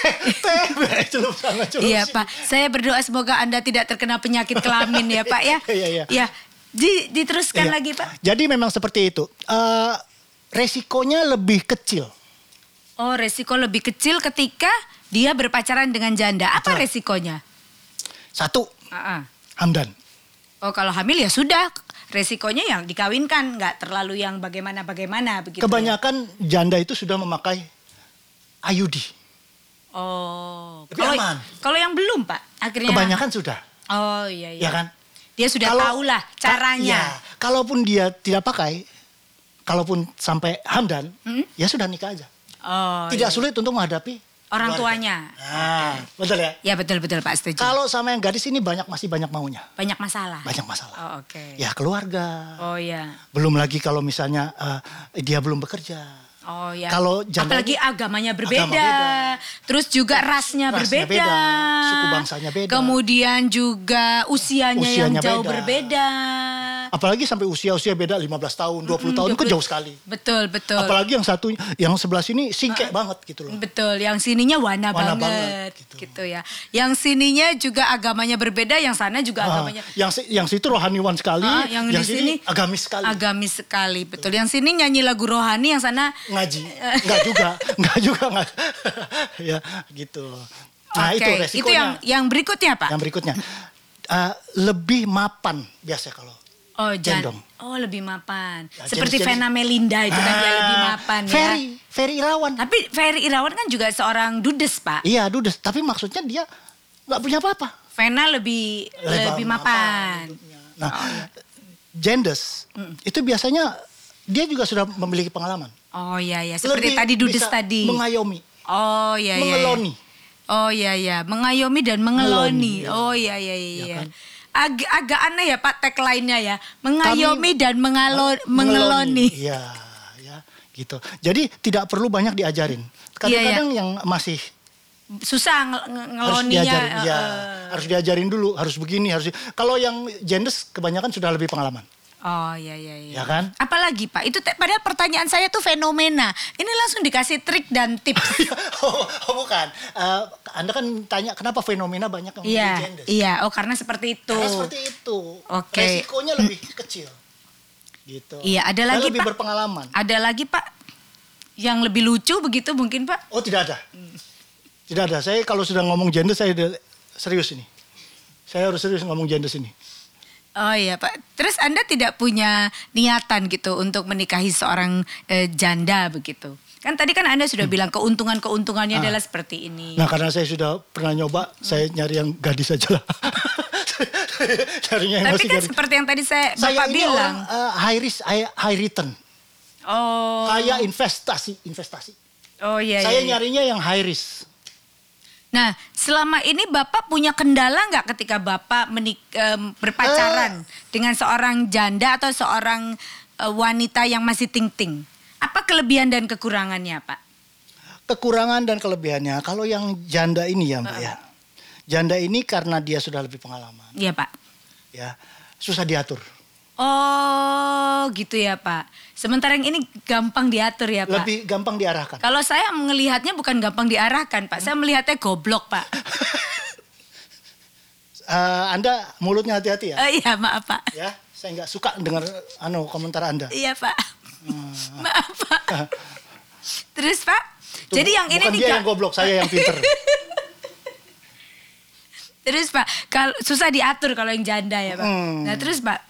teh be, celup sana celup
Iya
sini
Pak, saya berdoa semoga Anda tidak terkena penyakit kelamin ya Pak ya.
Iya, iya.
Ya, di- diteruskan
Iya.
Kan lagi Pak.
jadi memang seperti itu Eh, resikonya lebih kecil
Oh resiko lebih kecil ketika dia berpacaran dengan janda. Apa
Betul.
resikonya?
satu
Ah, ah.
Hamdan
Oh kalau hamil ya sudah, resikonya yang dikawinkan, nggak terlalu yang bagaimana-bagaimana begitu. ya.
kebanyakan janda itu sudah memakai ayudi
Oh,
Lebih
kalau
aman.
kalau yang belum Pak, akhirnya.
kebanyakan sudah
Oh iya iya.
ya kan
Dia Ya. sudah tahu lah
Ka-
caranya.
iya. kalaupun dia tidak pakai kalaupun sampai hamdan ya sudah nikah aja
Hmm? Oh.
tidak
iya.
sulit untuk menghadapi
Orang
keluarga.
tuanya.
nah, betul ya
Ya betul betul Pak setuju.
kalau sama yang gadis ini banyak masih banyak maunya
Banyak masalah.
banyak masalah
Oh oke.
ya keluarga
Oh ya.
belum lagi kalau misalnya eh, dia belum bekerja
Oh ya.
Kalau janda-
apalagi agamanya berbeda,
Agama beda.
terus juga rasnya, berbeda.
Rasnya beda, suku bangsanya beda.
Kemudian juga usianya, yang
Usianya
jauh
beda.
berbeda.
Apalagi sampai usia-usia beda 15 tahun, 20 tahun itu kan
20.
jauh sekali.
Hmm, Betul, Ah. betul.
Apalagi yang satunya, yang sebelah sini singkek banget gitu loh.
Betul, yang sininya wana,
Wana
banget,
banget,
gitu.
gitu.
ya. Yang sininya juga agamanya berbeda, yang sana juga
Ah,
agamanya
yang si- yang situ rohaniwan sekali,
Ah,
yang,
di
sini agamis sekali.
Agamis sekali, betul. Yang sini nyanyi lagu rohani, yang sana
ngaji. Enggak juga, enggak juga enggak. ya, gitu. Nah,
Oke,
itu resikonya.
yang iya. yang berikutnya, Pak.
Yang berikutnya. eh, lebih mapan biasa kalau.
Oh, jan.
Gendong.
Oh, lebih mapan.
Ya,
Seperti
jenis-jenis.
Vena Melinda itu kan dia
Ah,
lebih mapan ya.
Ferry, Ferry Irawan.
Tapi Ferry Irawan kan juga seorang dudes, Pak.
Iya, dudes. Tapi maksudnya dia nggak punya apa-apa.
Vena lebih lebih, mapan. Oh,
Nah,
iya.
genders itu biasanya dia juga sudah memiliki pengalaman.
Oh iya ya, seperti
Lebih
tadi dudes
bisa
tadi.
Mengayomi,
Oh iya iya.
mengeloni.
Oh iya iya, mengayomi dan mengeloni.
Mengeloni, iya.
Oh iya iya iya.
kan?
Ag- agak aneh ya Pak tagline-nya ya. Mengayomi dan mengalo- mengeloni.
Iya, ya, gitu. Jadi tidak perlu banyak diajarin.
Iya,
Kadang-kadang yang masih
Susah nge- nge-
harus
ngeloninya.
diajarin,
eh,
ya,
eh.
harus diajarin dulu, harus begini, harus. Kalau yang genders kebanyakan sudah lebih pengalaman.
Oh iya iya iya.
Ya kan?
Apalagi Pak, itu te- padahal pertanyaan saya tuh fenomena. Ini langsung dikasih trik dan tips.
oh, bukan. Eh, anda kan tanya kenapa fenomena banyak yang memilih
Iya,
genders.
iya. Oh karena seperti itu.
Oh, Karena seperti itu.
Oke.
Resikonya lebih kecil. Gitu.
Iya, ada
Dan
lagi,
lebih
Pak.
berpengalaman.
Ada lagi Pak yang lebih lucu begitu mungkin Pak?
Oh, tidak ada. Tidak ada. Saya kalau sudah ngomong gender saya udah serius ini. Saya harus serius ngomong gender ini.
Oh iya Pak. Terus Anda tidak punya niatan gitu untuk menikahi seorang eh, janda begitu? Kan tadi kan Anda sudah bilang keuntungan-keuntungannya adalah seperti ini.
Hmm. Ah. Nah, karena saya sudah pernah nyoba, saya nyari yang gadis aja lah. Carinya yang
Tapi
masih
kan
gadis.
seperti yang tadi saya,
Saya
Bapak
ini
bilang.
orang eh, high risk, high, high return.
Oh.
Saya investasi, investasi.
Oh iya. iya,
saya
iya.
nyarinya yang high risk.
Nah, selama ini Bapak punya kendala nggak ketika Bapak menik- em,
Eh.
berpacaran dengan seorang janda atau seorang eh, wanita yang masih ting-ting? Apa kelebihan dan kekurangannya, Pak?
kekurangan dan kelebihannya. Kalau yang janda
Ah.
ini ya Mbak ya. Janda ini karena dia sudah lebih pengalaman
Iya, Pak.
ya. Susah diatur.
Oh, gitu ya, Pak. Sementara yang ini gampang diatur ya, Pak.
Lebih gampang diarahkan.
Kalau saya melihatnya bukan gampang diarahkan, Pak. Saya melihatnya goblok, Pak.
Eh, anda mulutnya hati-hati ya.
Oh iya, maaf, Pak.
Ya, saya nggak suka dengar anu komentar Anda.
Iya, Pak. Maaf, Pak. Terus, Pak.
Itu
Jadi yang ini
bukan
nih
dia
ga-
yang goblok, saya yang pinter.
Terus, Pak. Kalau susah diatur kalau yang janda ya, Pak.
Hmm.
Nah, terus, Pak.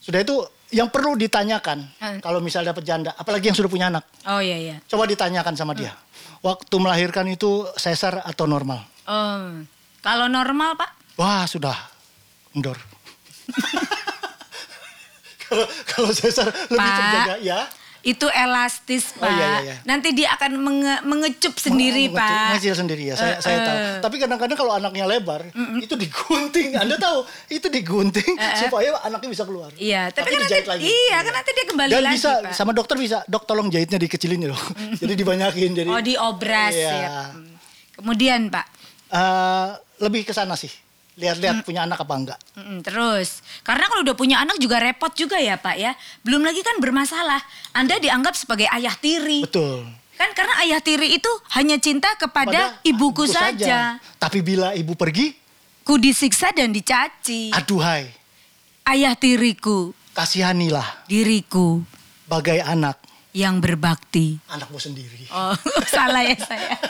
sudah itu yang perlu ditanyakan
Hmm.
kalau misal dapat janda, apalagi yang sudah punya anak.
Oh iya, iya.
Coba ditanyakan sama dia. Waktu melahirkan itu sesar atau normal?
Oh. Kalau normal, Pak.
Wah sudah endor. Kalau kalau Cesar lebih
Pak.
terjaga ya.
Itu elastis, Pak.
Oh, iya, iya, iya.
Nanti dia akan menge- mengecup sendiri,
Mengecil-
Pak.
Mengecil sendiri ya, saya,
Eh,
saya tahu.
eh.
Tapi kadang-kadang kalau anaknya lebar, itu digunting. Anda tahu, itu digunting supaya anaknya bisa keluar.
Eh, Iya, tapi, kan
dijahit
nanti, iya, kan nanti dia kembali
Dan
lagi,
bisa
Pak. Mm.
sama dokter bisa, dok tolong jahitnya dikecilin ya dok. jadi dibanyakin jadi.
Oh, diobras
Iya.
ya. Hmm. Kemudian, Pak.
Eh, lebih ke sana sih.
Hmm.
Lihat-lihat punya anak apa enggak.
Mm-mm, terus, karena kalau udah punya anak juga repot juga ya, Pak ya. Belum lagi kan bermasalah. Anda dianggap sebagai ayah tiri.
Betul.
Kan karena ayah tiri itu hanya cinta kepada
Pada
ibuku saja.
Tapi bila ibu pergi,
Ku disiksa dan dicaci.
aduhai.
Ayah tiriku,
kasihanilah
diriku
bagai anak
yang berbakti.
anakmu sendiri.
Oh, salah ya saya.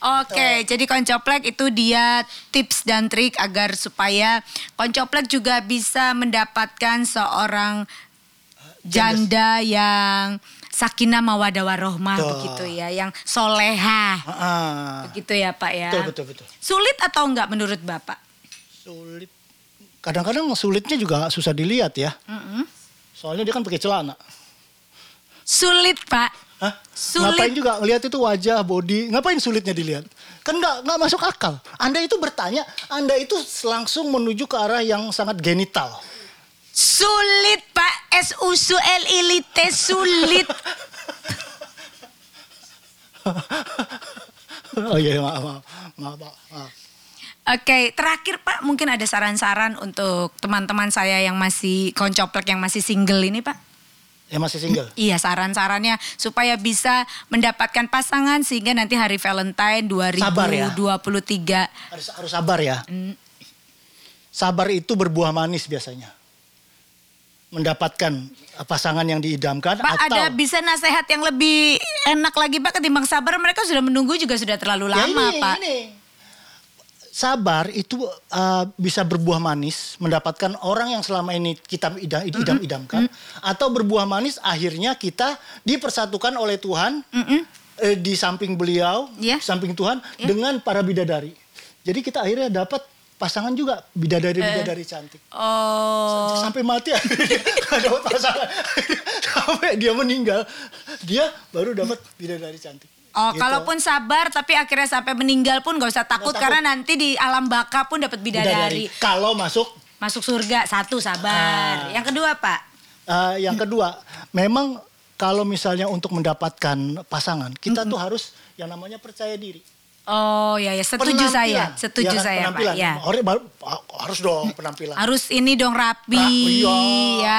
Oke, jadi koncoplek itu dia tips dan trik agar supaya koncoplek juga bisa mendapatkan seorang janda yang sakinah mawadah warohmah
Betul.
begitu ya, yang soleha
Ah,
begitu ya Pak ya.
betul betul betul.
Sulit atau enggak menurut Bapak?
Sulit. Kadang-kadang sulitnya juga susah dilihat ya. Soalnya dia kan pakai celana.
Sulit Pak.
Hah?
Sulit.
Ngapain juga ngelihat itu wajah, body, ngapain sulitnya dilihat? Kan nggak nggak masuk akal. Anda itu bertanya, Anda itu langsung menuju ke arah yang sangat genital.
Sulit Pak S U S U L I L I T sulit.
iya, oh iya maaf maaf maaf. maaf, maaf.
Oke, terakhir Pak, mungkin ada saran-saran untuk teman-teman saya yang masih koncoplek yang masih single ini, Pak?
Yang masih single.
Iya saran-sarannya supaya bisa mendapatkan pasangan sehingga nanti hari Valentine 2023.
Sabar ya. Harus harus sabar ya.
Mm.
Sabar itu berbuah manis biasanya. Mendapatkan eh, pasangan yang diidamkan
Pak
atau
ada bisa nasehat yang lebih enak lagi Pak ketimbang sabar mereka sudah menunggu juga sudah terlalu
Ya
lama
ini,
Pak.
ini. Sabar itu eh, bisa berbuah manis, mendapatkan orang yang selama ini kita idam, idam-idamkan, atau berbuah manis akhirnya kita dipersatukan oleh Tuhan eh, di samping beliau,
Iya.
di samping Tuhan dengan para bidadari. Jadi kita akhirnya dapat pasangan juga bidadari-bidadari cantik.
Eh. Oh.
Sampai mati akhirnya nggak dapat pasangan. Sampai dia meninggal, dia baru dapat bidadari cantik.
Oh,
Gitu.
kalaupun sabar tapi akhirnya sampai meninggal pun gak usah takut,
takut.
karena nanti di alam baka pun dapat bidadari.
bidadari. Kalau masuk
Masuk surga satu
Ah.
sabar. Yang kedua, Pak.
Eh, yang kedua, memang kalau misalnya untuk mendapatkan pasangan, kita tuh harus yang namanya percaya diri.
Oh, ya ya setuju
Penampilan.
saya. Setuju
Ya kan,
saya,
penampilan.
Pak. Ya.
Hari- baru- Harus dong penampilan.
Harus ini dong rapi.
Ra- iya.
ya.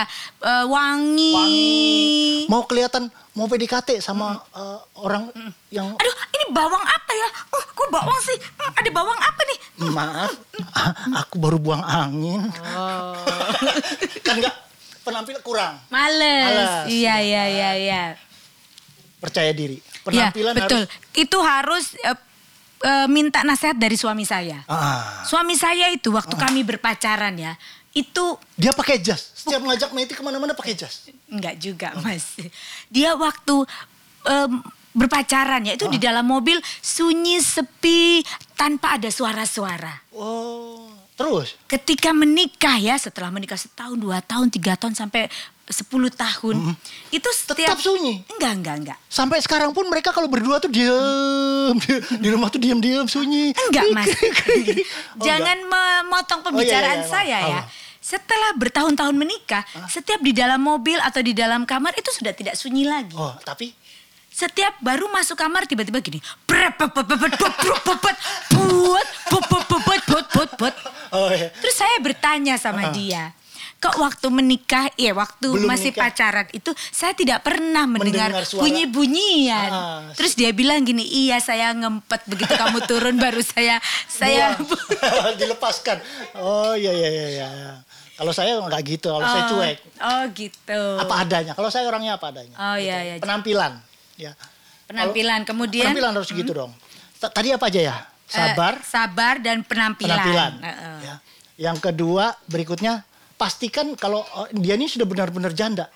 Eh, wangi.
Wangi. Mau kelihatan mau PDKT sama eh, orang yang
Aduh, ini bawang apa ya? Oh, kok bawang sih? Hmm, ada bawang apa nih?
maaf, aku baru buang angin.
Oh.
kan enggak penampilan kurang.
Males.
Males.
Iya, iya, iya, iya.
Percaya diri.
Iya,
Penampilan
betul.
harus
Itu harus eh, eh, minta nasihat dari suami saya.
Ah.
Suami saya itu waktu kami berpacaran ya, itu
Dia pakai jas. Setiap ngajak Meti kemana-mana pakai jas.
enggak juga mas. Dia waktu em, berpacaran ya, itu di dalam mobil sunyi, sepi, tanpa ada suara-suara.
Oh, terus.
Ketika menikah ya, setelah menikah setahun, dua tahun, tiga tahun, sampai sepuluh tahun. Itu setiap...
Mm-hmm. Tetap sunyi?
Enggak, enggak, enggak.
Sampai sekarang pun mereka kalau berdua tuh diem, di- di rumah tuh diem-diem sunyi.
Enggak mas,
Oh,
jangan memotong pembicaraan
iya, Ah. iya,
saya
maaf.
ya.
Apa?
Setelah bertahun-tahun menikah, setiap di dalam mobil atau di dalam kamar itu sudah tidak sunyi lagi.
Oh, tapi
Setiap baru masuk kamar tiba-tiba gini, brep, brep, brep, brep, brep, brep, brep, brep, buat, buat, buat, buat, buat, buat, buat, buat.
oh ya.
Terus saya bertanya sama dia, kok waktu menikah, ya waktu
Ah. Belum
masih
nikah.
pacaran itu saya tidak pernah mendengar,
Mendengar suara.
bunyi-bunyian.
Ah.
Terus dia bilang gini, iya saya ngempet begitu kamu turun baru saya saya
Buang. dilepaskan. Oh iya iya iya iya. Kalau saya nggak gitu, kalau saya cuek.
Oh gitu.
Apa adanya. Kalau saya orangnya apa adanya.
Oh, iya, iya.
Penampilan. Ya.
Penampilan kemudian Hmm.
Penampilan harus gitu dong. T- Tadi apa aja ya?
eh,
Sabar,
sabar dan penampilan.
penampilan.
Heeh.
Ya. Yang kedua berikutnya pastikan kalau oh, dia ini sudah benar-benar janda.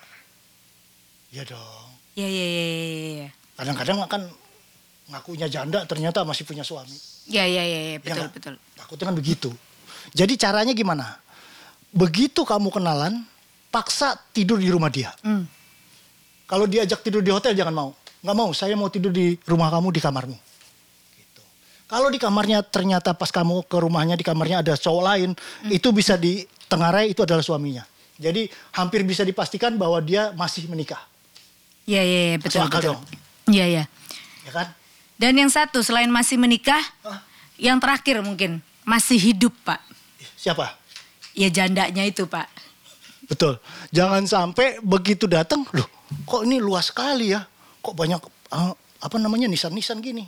Ya dong.
Iya iya iya iya, iya.
Kadang-kadang kan ngakunya janda ternyata masih punya suami.
Iya iya iya iya,
Ya
betul
nggak?
betul.
Takutnya kan begitu. Jadi caranya gimana? Begitu kamu kenalan, paksa tidur di rumah dia.
Hmm.
Kalau diajak tidur di hotel jangan mau. Nggak mau, saya mau tidur di rumah kamu, di kamarmu. Gitu. Kalau di kamarnya ternyata pas kamu ke rumahnya, di kamarnya ada cowok lain,
Hmm.
itu bisa ditengarai itu adalah suaminya. Jadi hampir bisa dipastikan bahwa dia masih menikah.
Iya iya iya, betul
akal
betul.
dong.
Iya iya.
Ya kan?
Dan yang satu selain masih menikah,
Hah?
yang terakhir mungkin masih hidup pak.
Siapa?
Ya jandanya itu pak.
Betul. Jangan sampai begitu datang, loh kok ini luas sekali ya? Kok banyak eh, apa namanya nisan-nisan gini?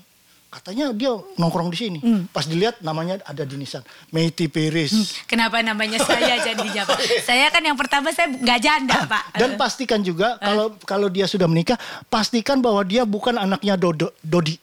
Katanya dia nongkrong di sini. Pas dilihat namanya ada di nisan. Meiti Peris.
Kenapa namanya saya jadinya pak? Saya kan yang pertama saya nggak janda pak.
Ah, Dan pastikan juga kalau kalau dia sudah menikah, pastikan bahwa dia bukan anaknya Dodo, Dodi.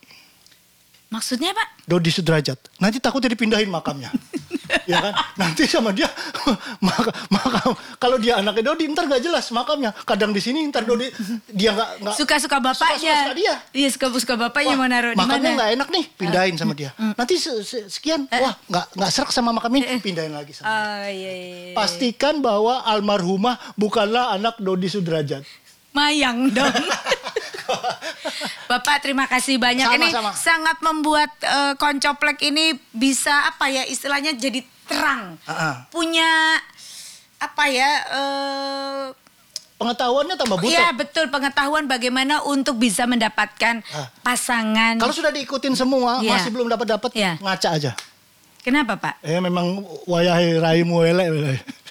Maksudnya pak?
Dodi Sudrajat. Nanti takutnya dipindahin makamnya. ya kan? Nanti sama dia maka, makam kalau dia anaknya Dodi ntar nggak jelas makamnya. Kadang di sini ntar Dodi dia nggak nggak
Suka-suka bapaknya.
Suka-suka dia.
Iya suka-suka bapaknya mau naruh di mana? Eh.
makamnya nggak enak nih pindahin sama dia nanti se- se- sekian wah nggak nggak serak sama makam ini pindahin lagi sama dia.
Oh iya, iya. Eh. iya.
pastikan bahwa almarhumah bukanlah anak Dodi Sudrajat
Mayang dong. Bapak terima kasih banyak ini
Sama-sama.
sangat membuat eh, koncoplek ini bisa apa ya istilahnya jadi terang.
Ah-ah.
Punya apa ya eh,
pengetahuannya tambah butuh
Iya betul pengetahuan bagaimana untuk bisa mendapatkan
Ah.
pasangan
kalau sudah diikutin semua
Iya.
masih belum dapat dapat
Iya.
ngaca aja
Kenapa Pak?
Eh memang wayah raimu elek.